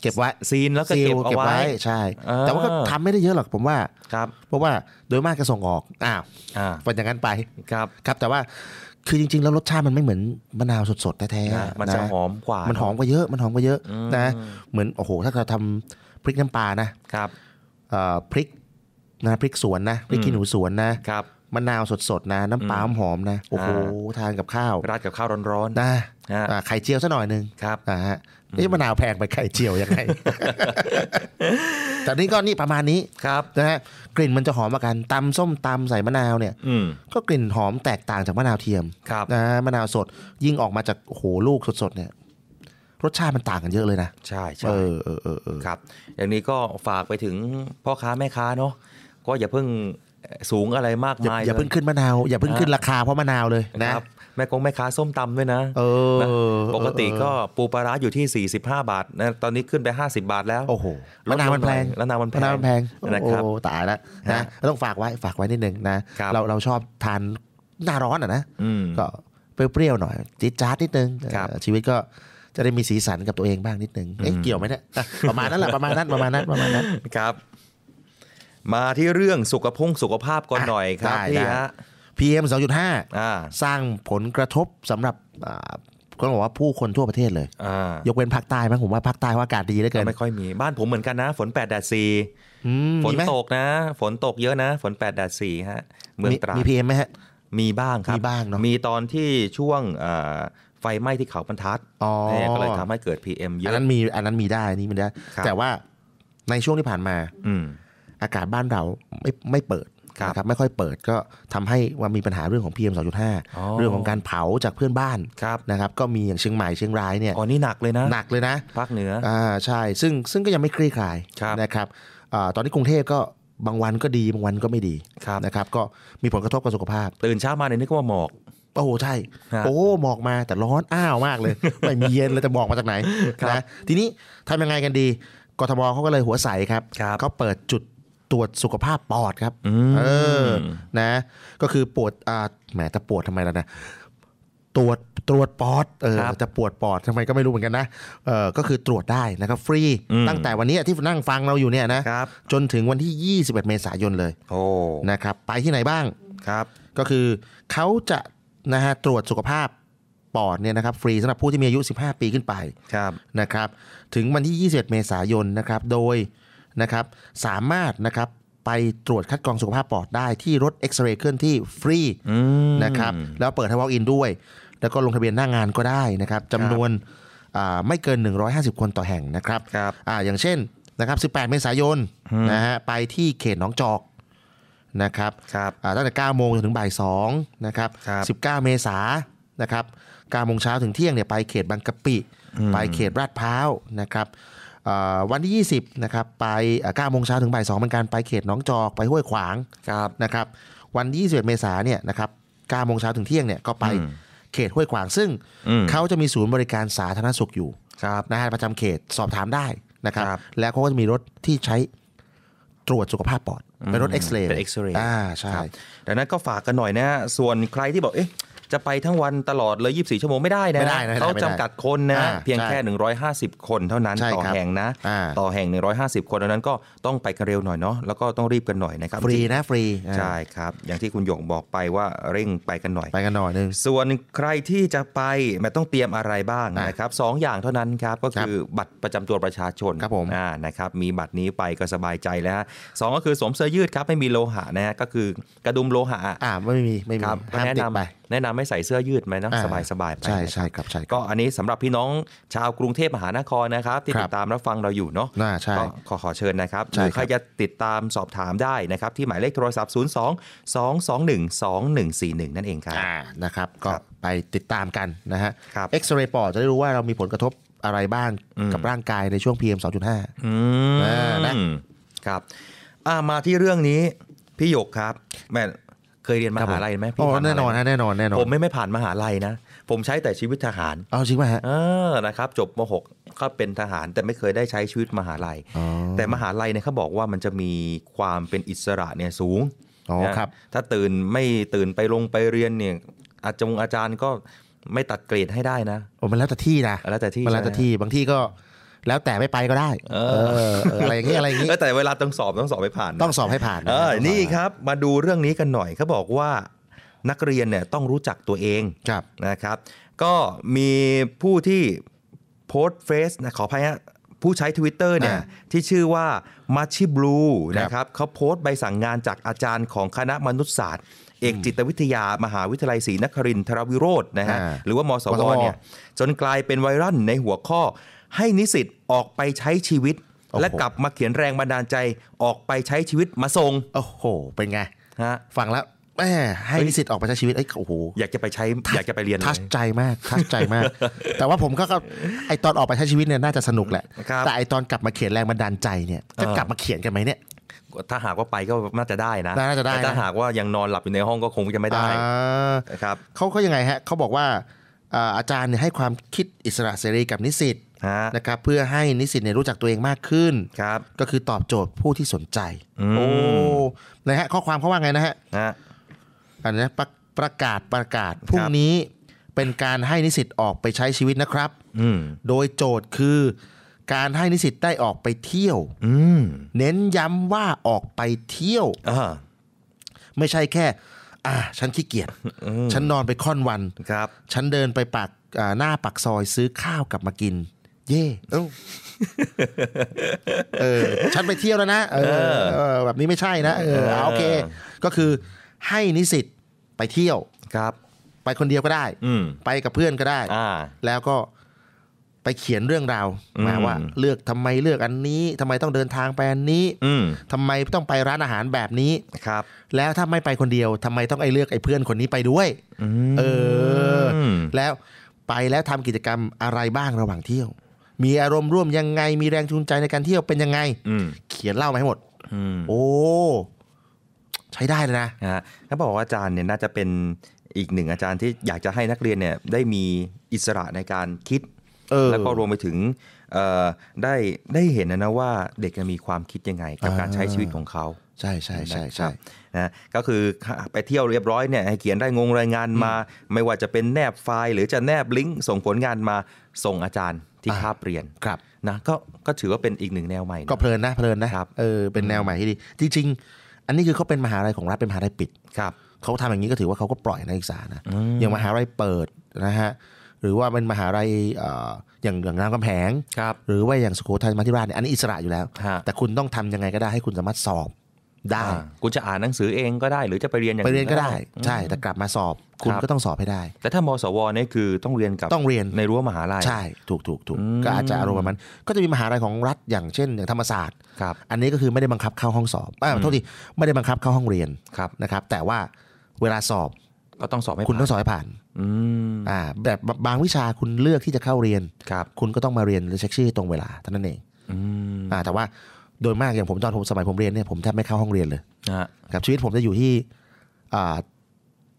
เก็บไว้ ซีนแล้วก็ ซีล เก็บเอาไว้ ใช่ อ่า แต่ว่าก็ทำไม่ได้เยอะหรอกผมว่า ครับ เพราะว่าโดยมากจะส่งออกอ้าว อ่า เป็นอย่างนั้นไป ครับ ครับแต่ว่าคือจริง ๆ แล้วรสชาติมันไม่เหมือนมะนาวสดๆแท้ อ่ะ ๆ มันจะหอมกว่า มันหอมกว่าเยอะมันหอมกว่าเยอะ อืม นะเหมือนโอ้โหถ้าเราทำพริกน้ำปลานะครับ เอ่อพริกนะพริกสวนนะพริกขี้หนูสวนนะครับ มะนาวสดๆนะน้ำปลาหอมๆนะโอ้โห อ่ ทานกับข้าว ราดกับข้าวร้อนๆ นะ ฮะ อ่าไข่เจียวซะหน่อยหนึง ครับ นะฮะนี่มะนาวแพงไปไข่เจียวยังไง แต่นี่ก็นี่ประมาณนี้ ครับ นะฮะกลิ่นมันจะหอมมากันตำส้มตำใส่มะนาวเนี่ย อืม ก็กลิ่นหอมแตกต่างจากมะนาวเทียม ครับ นะมะนาวสดยิ่งออกมาจากโอ้โหลูกสดๆเนี่ย รสชาติมันต่างกันเยอะเลยนะ ใช่ใช่ เออเออเออเออ ครับอย่างนี้ก็ฝากไปถึงพ่อค้าแม่ค้าเนาะก็อย่าเพิ่งสูงอะไรมาก อย่าม าย อย่าเพิ่ง ล ขึ้นมะนาว อย่าเพิ่งขึ้นราคาเพราะมะนาวเลยนะ ครับแม่กงแม่ค้าส้มตำด้วยนะ เออ นะปกติ เออ ก็ปูปลาร้าอยู่ที่ 45 บาทนะตอนนี้ขึ้นไป 50 บาทแล้ว โอ้โห ล มะ ด นาวมันแพง ลหอยมะนาวมันแพ มะนาวมันแพง งนะครับ โอ้ตายละนะ ฮะ ต้องฝากไว้ฝากไว้นิดนึงนะครับ เราเราชอบทานหน้าร้อนอ่ะนะ อืม ก็เปรี้ยวๆหน่อยจี๊ดจ๊าดนิดนึง ครับ เออชีวิตก็จะได้มีสีสันกับตัวเองบ้างนิดนึงเอ๊ะ อืม เกี่ยวไหมเนี่ยอ่ะประมาณนั้นแหละประมาณนั้นประมาณนั้นประมาณนั้น ครับ มาที่เรื่องสุขพงสุขภาพก่อน อ่ะ หน่อยครับ ได้ พี่ ได้ ฮะ PM 2.5 อ่า สร้างผลกระทบสำหรับอ่าก็ต้องบอกว่าผู้คนทั่วประเทศเลย อ่าย กเว้นภาคใต้มั้งผมว่าภาคใต้ว่าอากาศดีเหลือเกิน ไม่ค่อยมีบ้านผมเหมือนกันนะ ฝน8แดด4 อืม ฝน มีไหม ตกนะ ฝนตกเยอะนะ ฝน8แดด4ฮะเมืองตราด มีพีเอ็ม PM ไหมฮะ มีบ้างครับ มีบ้างเนอะ มีตอนที่ช่วงเอ่อไฟไหม้ที่เขาบรรทัด อ๋อ เนี่ยก็เลยทำให้เกิด PM เย อัน อะ นั้นมีอันนั้นมีได้นี่มันได้ ครับ แต่ว่าในช่วงที่ผ่านมา อืม อากาศบ้านเราไม่ไม่เปิด ครับ นะไม่ค่อยเปิดก็ทำให้ว่ามีปัญหาเรื่องของ PM อ๋อ 2.5 เรื่องของการเผาจากเพื่อนบ้าน ครับ นะครับ ก็มีอย่างเชียงใหม่เชียงรายเนี่ย อ๋อนี่หนักเลยนะ หนักเลยนะ ภาคเหนือ อ่าใช่ซึ่งซึ่งก็ยังไม่คลี่คลาย ครับ นะครับอาตอนนี้กรุงเทพก็บางวันก็ดีบางวันก็ไม่ดี ครับ นะครับ ก็มีผลกระทบกับสุขภาพ ตื่นเช้ามาเนี่ยนึกว่าหมอก โอ้โหใช่ ครับ โอ้หมอกมาแต่ร้อนอ้าวมาก เลย ไม่มีเย็นเลยจะหมอกมาจากไหน ครับ นะทีนี้ทำยังไงกันดีกทมเขาก็เลยหัวใสครับ ครับ เขาเปิดจุดตรวจสุขภาพปอดครับ อืม เออนะก็คือปวดอ่าแหมจะปวดทำไมล่ะนะตรวจตรวจปอดเออจะปวดปอดทำไมก็ไม่รู้เหมือนกันนะเออก็คือตรวจได้นะครับฟรีตั้งแต่วันนี้ที่นั่งฟังเราอยู่เนี่ยนะครับ จนถึงวันที่ 21 เมษายนเลย โอ้ นะครับไปที่ไหนบ้าง ครับ ก็คือเขาจะนะฮะตรวจสุขภาพ ปอร์ตเนี่ยนะครับฟรีสำหรับผู้ที่มีอายุ 15 ปีขึ้นไป ครับ นะครับถึงวันที่ 21 เมษายนนะครับโดยนะครับสามารถนะครับไปตรวจคัดกรองสุขภาพปอดได้ที่รถเอ็กซเรย์เคลื่อนที่ฟรี อืม นะครับแล้วเปิดให้ walk in ด้วย แล้วก็ลงทะเบียนหน้างานก็ได้นะครับจำนวนอ่าไม่เกิน 150 คนต่อแห่งนะครับ ครับ อ่าอย่างเช่นนะครับ18 เมษายนนะฮะไปที่เขตหนองจอกนะครับ ครับ อ่าตั้งแต่9โมงจนถึงบ่าย2นะครับ ครับ 19 เมษายนนะครับ9โมงเช้าถึงเที่ยงเนี่ยไปเขตบางกะปิ ไปเขตลาดพร้าวนะครับเอ่อวันที่ 20นะครับไปเอ่อ9โมงเช้าถึงบ่าย2เหมือนกันไปเขตหนองจอกไปห้วยขวาง ครับ นะครับวันที่21เมษายนเนี่ยนะครับ9โมงเช้าถึงเที่ยงเนี่ยก็ไป อืม เขตห้วยขวาง ซึ่ง อืม เขาจะมีศูนย์บริการสาธารณสุขอยู่ ครับ นะฮะประจำเขตสอบถามได้นะครับ ครับ แล้วเขาก็จะมีรถที่ใช้ตรวจสุขภาพปอดเป็นรถเอ็กซเรย์ เป็น X-ray อ่าใช่ ครับดังนั้นก็ฝากกันหน่อยนะฮะส่วนใครที่บอกเอ๊ะจะไปทั้งวันตลอดเลย 24 ชั่วโมงไม่ได้นะ ไม่ได้นะ เขา ไม่ได้ จำกัดคนนะ อ่า เพียง ใช่ แค่ 150 คนเท่านั้น ใช่ ต่อ ครับ แห่งนะ อ่า ต่อแห่ง 150 คนดังนั้นก็ต้องไปกันเร็วหน่อยเนาะแล้วก็ต้องรีบกันหน่อยนะครับ ฟรีนะฟรีอ่า ใช่ครับ อย่างที่คุณหยงบอกไปว่าเร่งไปกันหน่อย ไปกันหน่อยนึง ส่วนใครที่จะไปมันต้องเตรียมอะไรบ้างนะครับสองอย่างเท่านั้นครับก็คือบัตรประจำตัวประชาชน ครับผม อ่านะครับมีบัตรนี้ไปก็สบายใจแล้วฮะสองก็คือสวมเสื้อยืดครับไม่มีโลหะนะฮะก็คือกระดุมโลหะ ่าไม่มีไม่มี ครับก็ ห้าม แนะ ติด นำ ไป แนะนำให้ใส่เสื้อยืดไหมเนาะ อ่ สบายสบายๆไป ใช่ นะค ใช่ รับ ครับใช่ครับ ก็อันนี้สำหรับพี่น้องชาวกรุงเทพมหานครนะครับที่ ครับ ติดตามรับฟังเราอยู่เนาะ น่าใช่ ก็ขอขอเชิญนะครับห ใช่ รือใคร ครับ จะติดตามสอบถามได้นะครับ ที่หมายเลขโทรศัพท์ 02 221 2141 นั่นเองครับ านะครับก็ ครับ ไปติดตามกันนะฮะ ครับ เอ็กซเรย์ปอดจะได้รู้ว่าเรามีผลกระทบอะไรบ้าง อืม กับร่างกายในช่วง PM 2.5 อื เออนะ มครับอ่ะมาที่เรื่องนี้ พี่หยกครับแม่เคยเรียนมหาลัยไหมพี่ โอ้ ผ่ามหาลัย แน่นอนฮะแน่นอนแน่นอน ผมไม่ไม่ผ่านมหาลัยนะ ผมใช้แต่ชีวิตทหาร เอาจริงไหมฮะ เออนะครับจบม .6 ก็เป็นทหารแต่ไม่เคยได้ใช้ชีวิตมหาลัย อ๋อ แต่มหาลัยเนี่ยเขาบอกว่ามันจะมีความเป็นอิสระเนี่ยสูง อ๋อ นะครับ ถ้าตื่นไม่ตื่นไปลงไปเรียนเนี่ยอาจารย์อาจารย์ก็ไม่ตัดเกรดให้ได้นะ โอ้มันแล้วแต่ที่นะ แล้วแต่ที่ มันแล้วแต่ที่บางที่ก็แล้วแต่ไม่ไปก็ได้ เออ เออเอออะไรอย่างงี้อะไรอย่าง งี้ เออแต่เวลาต้องสอบต้องสอบให้ผ่านนะ ต้องสอบให้ผ่านะ เออ ต้องสอบ นี่ครับมาดูเรื่องนี้กันหน่อยเขาบอกว่านักเรียนเนี่ยต้องรู้จักตัวเอง ครับ นะครับ ก็มีผู้ที่โพสต์เฟซนะขออภัยฮะผู้ใช้ Twitter เนี่ย อ่า ที่ชื่อว่ามัชชิบลู ครับ นะครับเขาโพสต์ใบสั่งงานจากอาจารย์ของคณะมนุษยศาสตร์ เอกจิตวิทยามหาวิทยาลัยศรีนครินทรวิโรจน์นะฮะ อ่า หรือว่ามส ส มส ว ว เนี่ยจนกลายเป็นไวรัลในหัวข้อ ให้นิสิตออกไปใช้ชีวิต โอ้โห และกลับมาเขียนแรงบันดาลใจออกไปใช้ชีวิตมาทรง โอ้โห เป็นไง ฮะ ฟังแล้วแหมให้นิสิตออกไปใช้ชีวิตเอ้ยโอ้โห อยากจะไปใช้อยากจะไปเรียนเล ทัช ย ใจมากทัชใจมาก แต่ว่าผมก็ก็ไอตอนออกไปใช้ชีวิตเนี่ยน่าจะสนุกแหละ ครับ แต่ไอตอนกลับมาเขียนแรงบันดาลใจเนี่ย เออ จะกลับมาเขียนกันไหมเนี่ย ถ้าหากว่าไปก็น่าจะได้นะ น่าจะได้นะ แต่ถ้าหากว่ายังนอนหลับอยู่ในห้องก็คงจะไม่ได้ อ่า นะครับ เขาเขายังไงฮะเขาบอกว่าอ่าอาจารย์เนี่ยให้ความคิดอิสระเสรีกับนิสิต ฮะ นะครับเพื่อให้นิสิตเนี่ยรู้จักตัวเองมากขึ้น ครับ ก็คือตอบโจทย์ผู้ที่สนใจ อืม โอ้นะฮะข้อความเขาว่าไงนะฮะ ฮะ อันนี้ประประกาศประกาศพรุ่งนี้เป็นการให้นิสิตออกไปใช้ชีวิตนะครับ อืม โดยโจทย์คือการให้นิสิตได้ออกไปเที่ยว อืม เน้นย้ำว่าออกไปเที่ยว อ่า ไม่ใช่แค่ อ่า ฉันขี้เกียจฉันนอนไปค่อนวัน ครับ ฉันเดินไปปากอ่าหน้าปากซอยซื้อข้าวกลับมากิน เย่เอ้าเออฉันไปเที่ยวแล้วนะเออเออแบบนี้ไม่ใช่นะเออเอาโอเค ก็คือให้นิสิตไปเที่ยว ครับ ไปคนเดียวก็ได้ อืม ไปกับเพื่อนก็ได้ อ่า แล้วก็ไปเขียนเรื่องราว อืม มาว่า เลือกทำไมเลือกอันนี้ทำไมต้องเดินทางไปอันนี้ อืม ทำไมต้องไปร้านอาหารแบบนี้ ครับ แล้วถ้าไม่ไปคนเดียวทำไมต้องไอ้เลือกไอ้เพื่อนคนนี้ไปด้วย เอออ ม แล้วไปแล้วทำกิจกรรมอะไรบ้างระหว่างเที่ยว มีอารมณ์ร่วมยังไงมีแรงจูงใจในการเที่ยวเป็นยังไง อืม เขียนเล่ามาให้หมด อืม โอ้ ใช้ได้เลยนะ นะฮะถ้าบอกว่าอาจารย์เนี่ยน่าจะเป็นอีกหนึ่งอาจารย์ที่อยากจะให้นักเรียนเนี่ยได้มีอิสระในการคิด เออ แล้วก็รวมไปถึงเอ่อได้ได้เห็นนะนะว่าเด็กเนี่ยมีความคิดยังไง กับการใช้ชีวิตของเขา ใช่ใช่ใช่ใช่ นะครับนะก็คือไปเที่ยวเรียบร้อยเนี่ยให้เขียนได้งงรายงานมา ไม่ว่าจะเป็นแนบไฟล์ หรือจะแนบลิงก์ส่งผลงานมาส่งอาจารย์ที่คาบเรียน ครับ นะก็ก็ถือว่าเป็นอีกหนึ่งแนวใหม่นะ ก็เพลินนะเพลินนะครับ เออเป็นแนวใหม่ที่ดี จริง ๆ อันนี้คือเขาเป็นมหาลัยของรัฐเป็นมหาลัยปิด ครับ เขาทำอย่างนี้ก็ถือว่าเขาก็ปล่อยนักศึกษานะอย่างมหาลัยเปิดนะฮะ หรือว่าเป็นมหาลัยเอ่ออย่างอย่างรามคำแหง ครับ หรือว่าอย่างสุโขทัยธรรมาธิราชเนี่ยอันนี้อิสระอยู่แล้ว ฮะ แต่คุณต้องทำยังไงก็ได้ให้คุณสามารถสอบได้ อ่าคุณจะอ่านหนังสือเองก็ได้ หรือจะไปเรียนอย่าง ไปเรียนก็ได้ อืม ใช่แต่กลับมาสอบ คุณ ครับ ก็ต้องสอบให้ได้ แต่ถ้ามสวเนี่ยคือต้องเรียนกับ ต้องเรียน ในรั้วมหาลัย ใช่ถูกถูกถูก อืม ก็อาจจะอารมณ์ประมาณนั้นก็จะมีมหาลัยของรัฐอย่างเช่น อย่างธรรมศาสตร์ ครับ อันนี้ก็คือไม่ได้บังคับเข้าห้องสอบอ่า อืม โทษทีไม่ได้บังคับเข้าห้องเรียน ครับ นะครับ แต่ว่าเวลาสอบ ก็ต้องสอบให้ คุณต้องสผ่านอบให้ผ่าน อืม อ่าแบบบางวิชาคุณเลือกที่จะเข้าเรียน ครับ คุณก็ต้องมาเรียนและเช็คชื่อตรงเวลาเท่านั้นเอง อืม อ่าแต่ว่าโดยมากอย่างผมตอนผมสมัยผมเรียนเนี่ยผมแทบไม่เข้าห้องเรียนเลย ฮะ ครับชีวิตผมจะอยู่ที่อ่า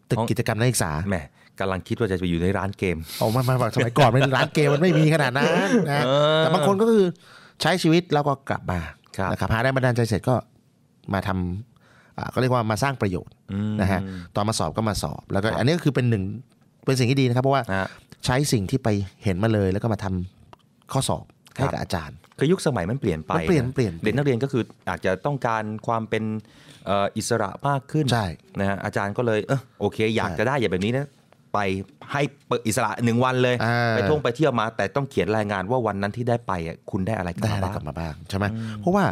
ตึก ห้อง กิจกรรมนักศึกษา แหมกำลังคิดว่าจะไปอยู่ในร้านเกม โอ้ไม่ไม่ไม่สมัยก่อนมันร้านเกมมันไม่มีขนาดนั้นนะ เออ แต่บางคนก็คือใช้ชีวิตแล้วก็กลับมา ครับ นะครับหาแรงบันดาลใจเสร็จก็มาทำอ่าก็เรียกว่ามาสร้างประโยชน์ อืม นะฮะตอนมาสอบก็มาสอบแล้วก็ ครับ อันนี้ก็คือเป็นหนึ่งเป็นสิ่งที่ดีนะครับ เพราะว่า ฮะ ใช้สิ่งที่ไปเห็นมาเลยแล้วก็มาทำข้อสอบให้ ครั กับบ อาจารย์ คือยุคสมัยมันเปลี่ยนไป มันเปลี่ยนเปลี่ยน เด็กนักเรียนก็คืออาจจะต้องการความเป็นเอ่ออิสระมากขึ้น ใช่ นะฮะอาจารย์ก็เลยเออโอเค อยาก ใช่ จะได้อย่างแบบนี้นะไปให้เปิดอิสระหนึ่งวันเลย อ่า ไปท่องไปเที่ยวมา แต่ต้องเขียนรายงานว่าวันนั้นที่ได้ไปอ่ะคุณได้อะไรกลับ ได้ มา อะไร บ้าง กลับมาบ้างใช่ไหมเพราะว่า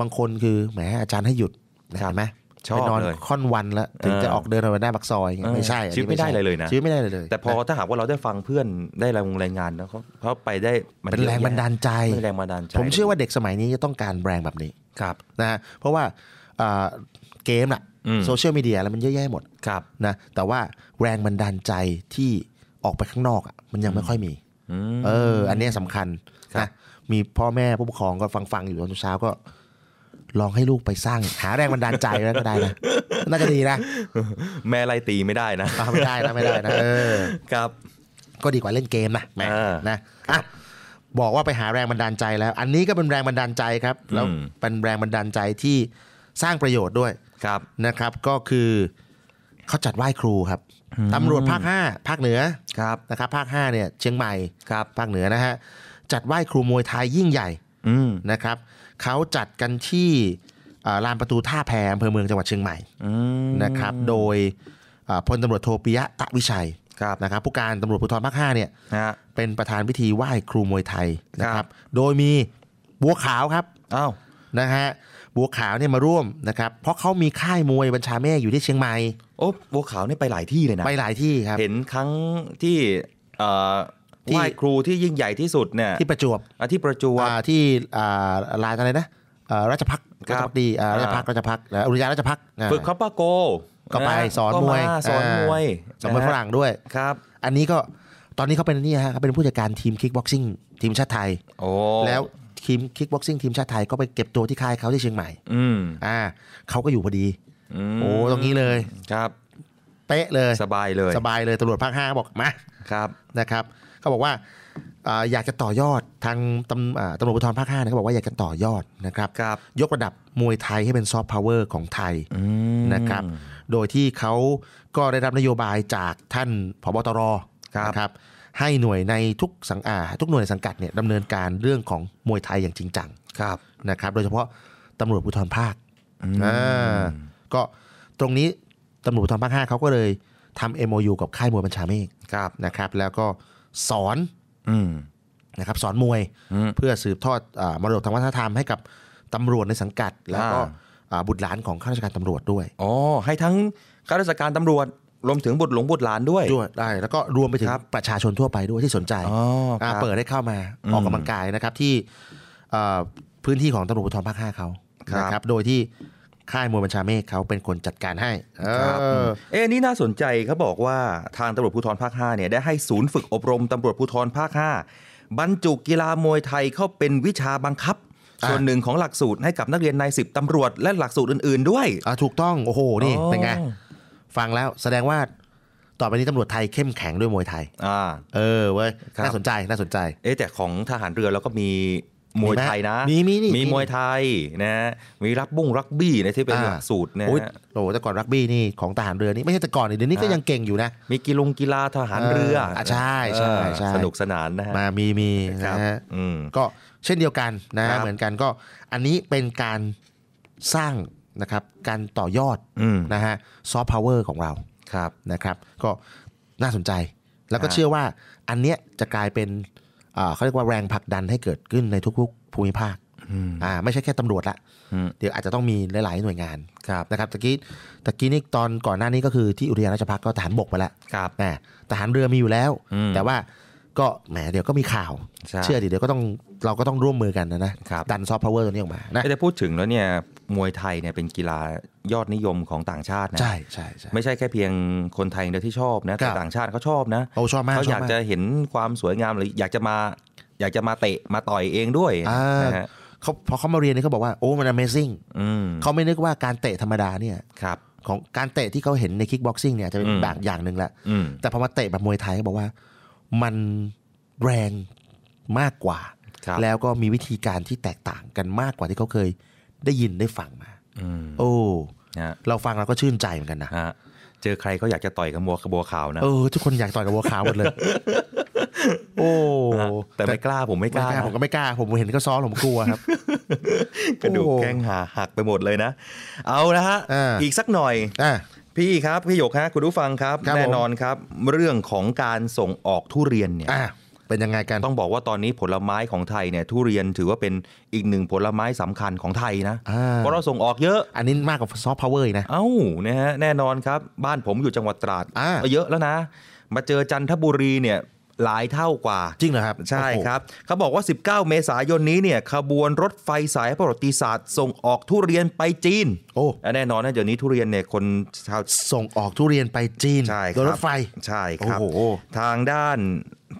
บางคนคือแหมอาจารย์ให้หยุดนะเห็นไหม ชอบ ไปนอน เลย ค่อนวันแล้วถึงจะ เออ ออกเดินออกไปหน้าบักซอยอย่างเงี้ย เออ ไม่ใช่อัน ชี นี้ วิตไม่ได้ ใช่ อะไรเลยนะ ชีวิตไม่ได้เลยเลย แต่พอถ้าหากว่าเราได้ฟังเพื่อนได้รายงงรายงานนะเขาเขาไปได้มั เป็นแรงบันดาลใจ เยอะแยะเป็นแรงบันดาลใจ ผมเชื่อว่าเด็กสมัยนี้จะต้องการแบรนด์แบบนี้ ครับ นะฮะเพราะว่าเอ่อเกมน่ะ อืม โซเชียลมีเดียอะไรมันเยอะแยะหมด ครับ นะแต่ว่าแรงบันดาลใจที่ออกไปข้างนอกอ่ะมันยังไม่ค่อยมี อืม เออ อันเนี้ยสำคัญ ครับ นะมีพ่อแม่ผู้ปกครองก็ฟังฟังๆอยู่ตอนเช้าก็ ลองให้ลูกไปสร้าง หาแรงบันดาลใจแล้วก็ได้ นะน่าจะดีนะ แม่ไล่ตีไม่ได้นะ อ่ะไม่ได้นะไม่ได้นะเออ ครับ ก็ดีกว่าเล่นเกมนะแหม่ เออ นะอ่ะบอกว่าไปหาแรงบันดาลใจแล้ว อันนี้ก็เป็นแรงบันดาลใจครับ แล้ว อืม เป็นแรงบันดาลใจที่สร้างประโยชน์ด้วย ครับ นะครับ ก็คือเขาจัดไหว้ครูครับตำรวจภาค 5 ภาคเหนือ ครับ นะครับภาค5เนี่ยเชียงใหม่ ครับ ภาคเหนือนะฮะจัดไหว้ครูมวยไทยยิ่งใหญ่ อืม นะครับเขาจัดกันที่อ่าลานประตูท่าแพอำเภอเมืองจังหวัดเชียงใหม่ อืม นะครับ โดยอ่าพลตำรวจโทปิยะตะวิชัย ครับ นะครับผู้การตำรวจภูธรภาค5เนี่ย ฮะ เป็นประธานพิธีไหว้ครูมวยไทยนะค ครั รับ บ โดยมีบัวขาวครับ อ้าว นะฮะ บัวขาวเนี่ยมาร่วมนะครับ เพราะเขามีค่ายมวยบัญชาเมฆอยู่ที่เชียงใหม่ โอ้บัวขาวเนี่ยไปหลายที่เลยนะ ไปหลายที่ครับ เห็นครั้งที่เอ่อ ที่ ไหว้ครูที่ยิ่งใหญ่ที่สุดเนี่ย ที่ประจวบ อ่ะที่ประจวบ อ่าที่อ่าลานอะไรนะอ่าราชพัก ครั ราช บ พักดีอ่าราช อ่า พักราชพักนะอุทยานราชพักอ่า ฝึกคัปปาโก ก็ไป ะ สอน ก็ มวย สอนมวย อ่าสอนมวยฝรั่งด้วย ครับ อันนี้ก็ตอนนี้เขาเป็นนี่ฮะเขาเป็นผู้จัดการทีมคิกบ็อกซิ่งทีมชาติไทย โอ้ แล้วทีมคิกบ็อกซิ่งทีมชาติไทยก็ไปเก็บตัวที่ค่ายเขาที่เชียงใหม่ อืม อ่าเขาก็อยู่พอดี ม โอ้ตรงนี้เลย ครับ เป๊ะเลย สบายเลย สบายเลยตำรวจภาคห้าบอกมา ครับ นะครับเขาบอกว่าอ่าอยากจะต่อยอดทางตำอ่าตำรวจภูธรภาคห้าเนี่ยเขาบอกว่าอยากจะต่อยอดนะครับ ครับ ยกระดับมวยไทยให้เป็นซอฟต์พาวเวอร์ของไทย อืม นะครับ โดยที่เขาก็ได้รับนโยบายจากท่านผบตร ครับ นะครับ ให้หน่วยในทุกสังอาทุกหน่วยในสังกัดเนี่ยดำเนินการเรื่องของมวยไทยอย่างจริงจัง ครับ นะครับ โดยเฉพาะตำรวจภูธรภาค อืม อ่าก็ตรงนี้ตำรวจทางภาคห้าเขาก็เลยทำ MOU กับค่ายมวยบัญชาเมฆ ครับ นะครับ แล้วก็สอน อืม นะครับสอนมวย อืม เพื่อสืบทอดอามรดกทางวัฒนธรรมให้กับตำรวจในสังกัด แล้วก็ อ่า อ่าบุตรหลานของข้าราชการตำรวจด้วย อ๋อให้ทั้งข้าราชการตำรวจรวมถึงบุตรหลงบุตรหลานด้วย ด้วยได้แล้วก็รวมไปถึง ครับ ประชาชนทั่วไปด้วยที่สนใจ อ๋อครั า บ เปิดให้เข้ามา อืม ออกกำลังกายนะครับที่อ่าพื้นที่ของตำรวจภูธรภาคห้าเขา ครับ นะครับโดยที่ค่ายมวยบัญชาเมฆเขาเป็นคนจัดการให้ ครับ เออ เอ๊ะนี่น่าสนใจเขาบอกว่าทางตำรวจภูธรภาค5เนี่ยได้ให้ศูนย์ฝึกอบรมตำรวจภูธรภาค5บรรจุกีฬามวยไทยเข้าเป็นวิชาบังคับ อ่า ส่วนหนึ่งของหลักสูตรให้กับนักเรียนนายสิบตำรวจและหลักสูตรอื่น ๆ ด้วย อ่าถูกต้อง โอ้โห นี่ อ๋อ เป็นไง ฟังแล้วแสดงว่า ต่อไปนี้ตำรวจไทยเข้มแข็งด้วยมวยไทย อ่า เออเว้ย ครับ น่าสนใจ น่าสนใจ เอ๊ะแต่ของทหารเรือแล้วก็มีมวยไทยนะ มีไหมมีมีนี่มี มวยไทยนะมีรักบุ้งรักบี้นะที่เป็น อ่า หลักสูตรเนะ โอ้ย ฮะ โอ้โหแต่ก่อนรักบี้นี่ของทหารเรือนี่ไม่ใช่แต่ก่อนนี่เดี๋ยวนี้ก็ อ่ะ ยังเก่งอยู่นะ มีกีฬงกีฬาทหารเรือ เอออ่ะใช่ใช่ เออ ใช่ สนุกสนานนะฮะ มามีมี ครั นะ บ ฮะ อืม ก็เช่นเดียวกันนะ ครับ เหมือนกันก็อันนี้เป็นการสร้างนะครับ การต่อยอด อืม นะฮะซอฟต์พาวเวอร์ของเรา ครับ นะครับ ก็น่าสนใจ แล้วก็ ฮะ เชื่อว่าอันเนี้ยจะกลายเป็นอ่าเขาเรียกว่าแรงผลักดันให้เกิดขึ้นในทุกๆภูมิภาค อืม อ่าไม่ใช่แค่ตำรวจละ อืม เดี๋ยวอาจจะต้องมีหลาย ๆ หน่วยงาน ครับ นะครับตะกี้ตะกี้นี่ตอนก่อนหน้านี้ก็คือที่อุทยานราชพักษ์ก็ทหารบกไปแล้ว ครับ นะทหารเรือมีอยู่แล้ว อืม แต่ว่าก็แหมเดี๋ยวก็มีข่าว ใช่ เชื่อดิเดี๋ยวก็ต้องเราก็ต้องร่วมมือกันนะนะครับ ดันซอฟต์พาวเวอร์ตัวนี้ออกมานะ แต่พูดถึงแล้วเนี่ยมวยไทยเนี่ยเป็นกีฬายอดนิยมของต่างชาตินะ ใช่ใช่ใช่ ไม่ใช่แค่เพียงคนไทยเดียวที่ชอบนะคแต่รับ ต่างชาติเขาชอบนะ โอ้ชอบมาก เขา ชอยอา บ ก มาก จะเห็นความสวยงามหรืออยากจะมาอยากจะมาเตะมาต่อยเองด้วย อ่าน นะฮะ เขาพอเขามาเรียนเนี่ยเขาบอกว่าโอ้มัน Amazing อืม เขาไม่นึกว่าการเตะธรรมดาเนี่ย ครับ ของการเตะที่เขาเห็นในคิกบ็อกซิ่งเนี่ยจะเป็น อืม แบบอย่างหนึ่งละ อืม แต่พอมาเตะแบบมวยไทยเขาบอกว่า มันแรงมากกว่า ครับ แล้วก็มีวิธีการที่แตกต่างกันมากกว่าที่เขาเคยได้ยินได้ฟังมา อืม โอ้ นะฮะ เราฟังเราก็ชื่นใจเหมือนกันนะ ฮะเจอใครเขาอยากจะต่อยกับบัวกระบัวขาวนะ เออทุกคนอยากต่อยกับบัวขาวห มดเลย โอ้ นะฮะแต่ไม่กล้าผมไม่ ไม่กกล้า ล้า นะ ผมก็ไม่กล้า ผมเห็นก็ซ้อมผมกลัว ครับ กระดูก โอ้ แข้งหาหักไปหมดเลยนะ เอาละฮะ อ่า อีกสักหน่อย อ่ะ พี่ครับ พี่หยกฮะคุณผู้ฟังครับ ครับผม แน่นอนครับ เรื่องของการส่งออกทุเรียนเนี่ย อ่ะเป็นยังไงกัน ต้องบอกว่าตอนนี้ผลไม้ของไทยเนี่ยทุเรียนถือว่าเป็นอีกหนึ่งผลไม้สำคัญของไทยนะ อ่า เพราะเราส่งออกเยอะ อันนี้มากกว่าซอฟต์พาวเวอร์อีกนะ เอ้านะฮะแน่นอนครับ บ้านผมอยู่จังหวัดตราด อ่า เยอะแล้วนะ มาเจอจันทบุรีเนี่ยหลายเท่ากว่า จริงเหรอครับ ใช่ โอ้โห ครับ เขาบอกว่า 19 เมษายนนี้เนี่ยขบวนรถไฟสายประวัติศาสตร์ ส่งออกทุเรียนไปจีน โอ้ และแน่นอนนะเดี๋ยวนี้ทุเรียนเนี่ยคนชาว ส่งออกทุเรียนไปจีน ใช่ค โดยรถไฟ ใช่ครับ โอ้โห ทางด้าน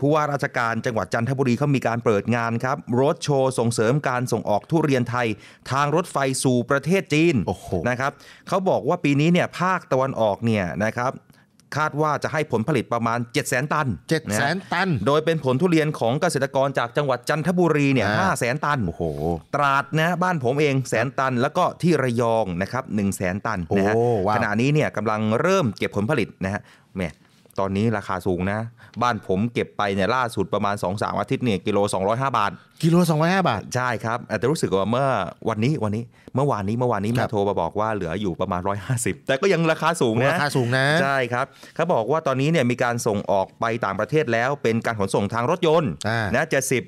ผู้ว่าราชการจังหวัดจันทบุรีเขามีการเปิดงานครับรถโชว์ส่งเสริมการส่งออกทุเรียนไทย ทางรถไฟสู่ประเทศจีน โอ้โห นะครับเขาบอกว่าปีนี้เนี่ยภาคตะวันออกเนี่ยนะครับคาดว่าจะให้ผลผลิตประมาณ 7 0 0 0 0 ตัน เจ็ดแสน นะ ตัน โดยเป็นผลทุเรียนของเกษตรกรจากจังหวัดจันทบุรีเนี่ย อ่า ห้าแสนตัน โอ้โห ตราดนะบ้านผมเองแสนตันแล้วก็ที่ระยองนะครับหนึ่งแสนตันนะฮะ โอ้ว้าว ขณะนี้เนี่ยกำลังเริ่มเก็บผลผลิตนะฮะแหมตอนนี้ราคาสูงนะ บ้านผมเก็บไปเนี่ยล่าสุดประมาณ 2-3 อาทิตย์เนี่ยกิโล 205 บาท กิโลสองร้อยห้าบาท ใช่ครับ แต่รู้สึกว่าเมื่อวันนี้วันนี้เมื่อวานนี้เมื่อวานนี้ ครั แม่ บ โทรมาบอกว่าเหลืออยู่ประมาณ 150 แต่ก็ยังราคาสูงนะ ราคาสูงนะ ใช่ครับเขาบอกว่าตอนนี้เนี่ยมีการส่งออกไปต่างประเทศแล้วเป็นการขนส่งทางรถยนต์ อ่าน นะเจ็ดสิบ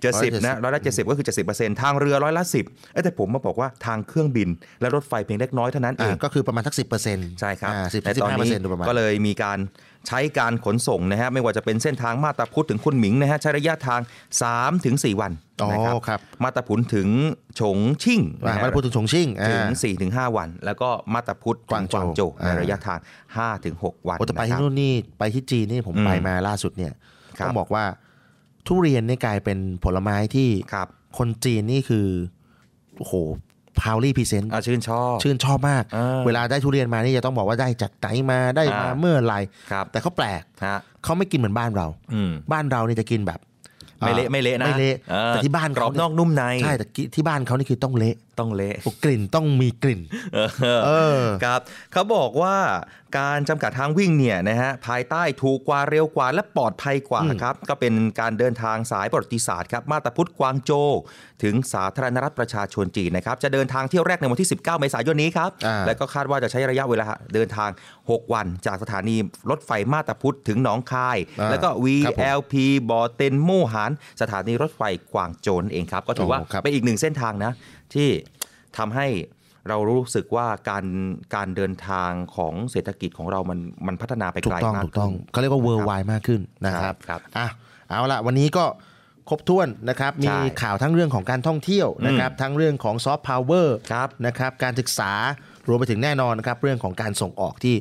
เจ็ดสิบ 170 นะร้อยละเจ็ดสิบก็คือเจ็ดสิบเปอร์เซ็นต์ทางเรือร้อยละสิบแต่ผมมาบอกว่าทางเครื่องบิน และรถไฟเพียงเล็กน้อยเท่านั้นเอ อ่าง ก็คือประมาณสักสิบเปอร์เซ็นต์ ใช่ครับ สิบ แต่ สิบ ตอน ห้าเปอร์ นี้ เซ็นต์โดยประมาณ ก็เลยมีการใช้การขนส่งนะฮะไม่ว่าจะเป็นเส้นทางมาตาพุธถึงคุณหมิงนะฮะใช้ระยะทาง3ถึง4วันนะครับ อ๋อครับ มาตาพุนถึงฉงชิ่ง อ่า นะฮะ มาพูดถึงชงชิ่งอ่า ถึง4ถึง5วัน แล้วก็มาตาพุธ กวางโจว ใน อ่า ระยะทาง5ถึง6วัน โอ้แต่ไป ะค ที่ รับ นู่นนี่ไปที่จีนนี่ผม อืม ไปมาล่าสุดเนี่ย ครับ ต้องบอกว่าทุเรียนเนี่ยกลายเป็นผลไม้ที่ ครับ คนจีนนี่คือโอ้โหพาวลี่พรีเซนต์ อาชื่นชอบ ชื่นชอบมาก อ่า เวลาได้ทุเรียนมานี่จะต้องบอกว่าได้จากไหนมาได้มา อ่า เมื่อไหร่ ครับ แต่เขาแปลก ฮะ เขาไม่กินเหมือนบ้านเรา อืม บ้านเรานี่จะกินแบบ ไม่เละไม่เละนะ ไม่เละ ออ แต่ที่บ้าน กร เขา อบนอกนุ่มใน ใช่แต่ที่ที่บ้านเขานี่คือต้องเละ ต้องเละ โอ้กลิ่นต้องมีกลิ่น เออ ครับเขาบอกว่าการจำกัดทางวิ่งเนี่ยนะฮะภายใต้ถูกกว่าเร็วกว่าและปลอดภัยกว่า อืม ครับก็เป็นการเดินทางสายประวัติศาสตร์ครับมาตาพุทธกวางโจวถึงสาธารณรัฐประชาชนจีนนะครับจะเดินทางเที่ยวแรกในวันที่ 19 เมษายนนี้ครับ อ่า แล้วก็คาดว่าจะใช้ระยะเวลาเดินทาง 6 วัน จากสถานีรถไฟมาตาพุทธถึงหนองคาย อ่า แล้วก็ ครับผม VLP บอเต็นมู่หานสถานีรถไฟกวางโจวนั่นเองครับก็ถือว่า โอ้ครับ เป็นอีกหนึ่งเส้นทางนะ ที่ทำให้เรารู้สึกว่าการการเดินทางของเศรษฐกิจของเรามันมันพัฒนาไป ถู ไกล กต้อง มาก ถูกต้อง ขึ้น เขาเรียกว่า worldwide มากขึ้นนะค ครั รั บบ ครับ อ่ะเอาละวันนี้ก็ครบถ้วนนะครับ มี ใช่ ข่าวทั้งเรื่องของการท่องเที่ยวนะครับ ทั้งเรื่องของซอฟต์พาวเวอร์ ครับ นะครับการศึกษารวมไปถึงแน่นอนนะครับ เรื่องของการส่งออกที่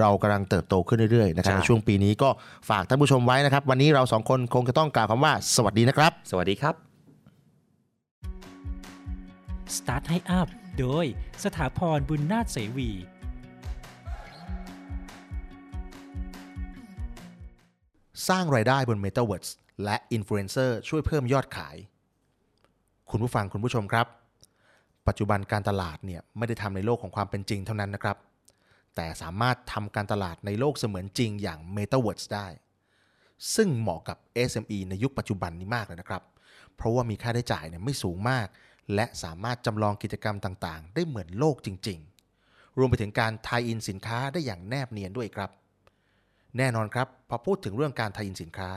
เรากำลังเติบโตขึ้นเรื่อยๆนะครับในช่วงปีนี้ก็ฝากท่านผู้ชมไว้นะครับ วันนี้เราสองคนคงจะต้องกล่าวคำว่า สวัสดีนะครับ สวัสดีครับ Start ให้อัพโดยสถาพรบุญนาถเสวี สร้างรายได้บน Metaverse และอินฟลูเอนเซอร์ช่วยเพิ่มยอดขาย คุณผู้ฟังคุณผู้ชมครับ ปัจจุบันการตลาดเนี่ยไม่ได้ทำในโลกของความเป็นจริงเท่านั้นนะครับ แต่สามารถทำการตลาดในโลกเสมือนจริงอย่าง Metaverse ได้ ซึ่งเหมาะกับ SME ในยุคปัจจุบันนี้มากเลยนะครับ เพราะว่ามีค่าใช้จ่ายเนี่ยไม่สูงมาก และสามารถจำลองกิจกรรมต่างๆ ได้เหมือนโลกจริง ๆ รวมไปถึงการทายอินสินค้าได้อย่างแนบเนียนด้วยครับ แน่นอนครับพอพูดถึงเรื่องการทายอินสินค้า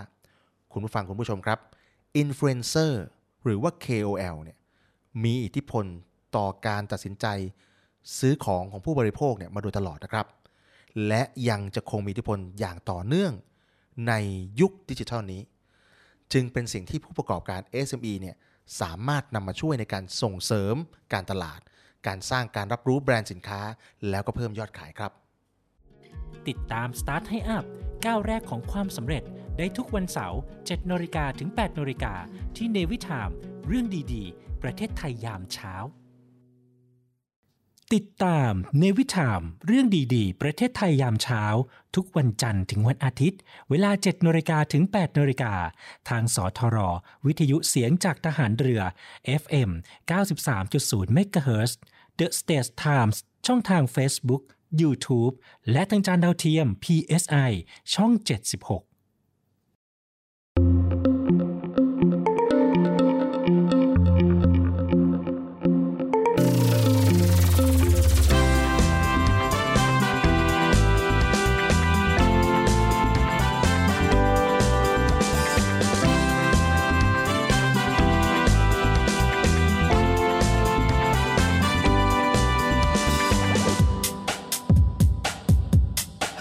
คุณผู้ฟังคุณผู้ชมครับอินฟลูเอนเซอร์หรือว่า KOL เนี่ยมีอิทธิพลต่อการตัดสินใจ ซื้อของของผู้บริโภคเนี่ยมาโดยตลอดนะครับ และยังจะคงมีอิทธิพลอย่างต่อเนื่องในยุคดิจิทัลนี้ จึงเป็นสิ่งที่ผู้ประกอบการ SME เนี่ยสามารถนำมาช่วยในการส่งเสริมการตลาด การสร้างการรับรู้แบรนด์สินค้า แล้วก็เพิ่มยอดขายครับ ติดตาม Start ให้อัพก้าวแรกของความสำเร็จได้ทุกวันเสาร์7นาฬิกาถึง8นาฬิกาที่เนวิทามเรื่องดีๆ ประเทศไทยยามเช้า ติดตามเนวิทามเรื่องดีๆ ประเทศไทยยามเช้า ทุกวันจันทร์ถึงวันอาทิตย์ เวลา7นาฬิกาถึง8นาฬิกาทางสทร วิทยุเสียงจากทหารเรือ FM 93.0 MHz The States Times ช่องทาง Facebook YouTube และทางจานดาวเทียม PSI ช่อง 76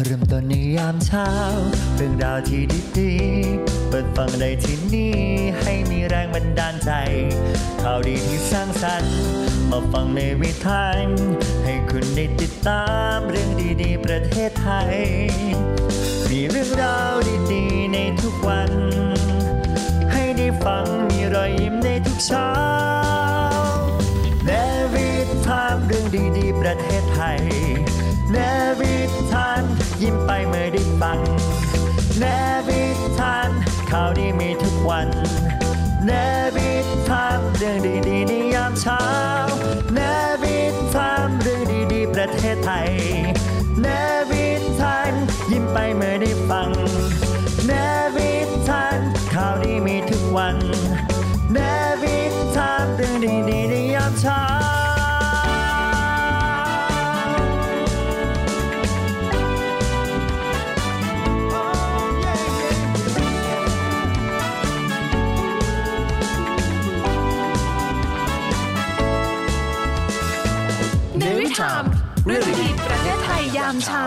เริ่มต้นในยามเช้า เรื่องราวที่ดีๆเปิดฟังได้ที่นี่ ให้มีแรงบันดาลใจ ข่าวดีที่สร้างสรรค์ มาฟังในวิถีให้คุณได้ติดตามเรื่องดีๆ ประเทศไทย มีเรื่องราวดีๆ ในทุกวัน ให้ได้ฟังมีรอยยิ้มในทุกเช้า เนวิทามเรื่องดีๆ ประเทศไทย เนวิทามยิ้มไปเมื่อได้ฟัง เนวิทามข่าวดีมีทุกวัน เนวิทามเรื่องดีๆในยามเช้า เนวิทามเรื่องดีๆ ประเทศไทย เนวิทามยิ้มไปเมื่อได้ฟัง เนวิทามข่าวดีมีทุกวัน เนวิทามเรื่องดีๆในยามเช้า ในวิถามเรื่องดีๆประเทศไทยยามเช้า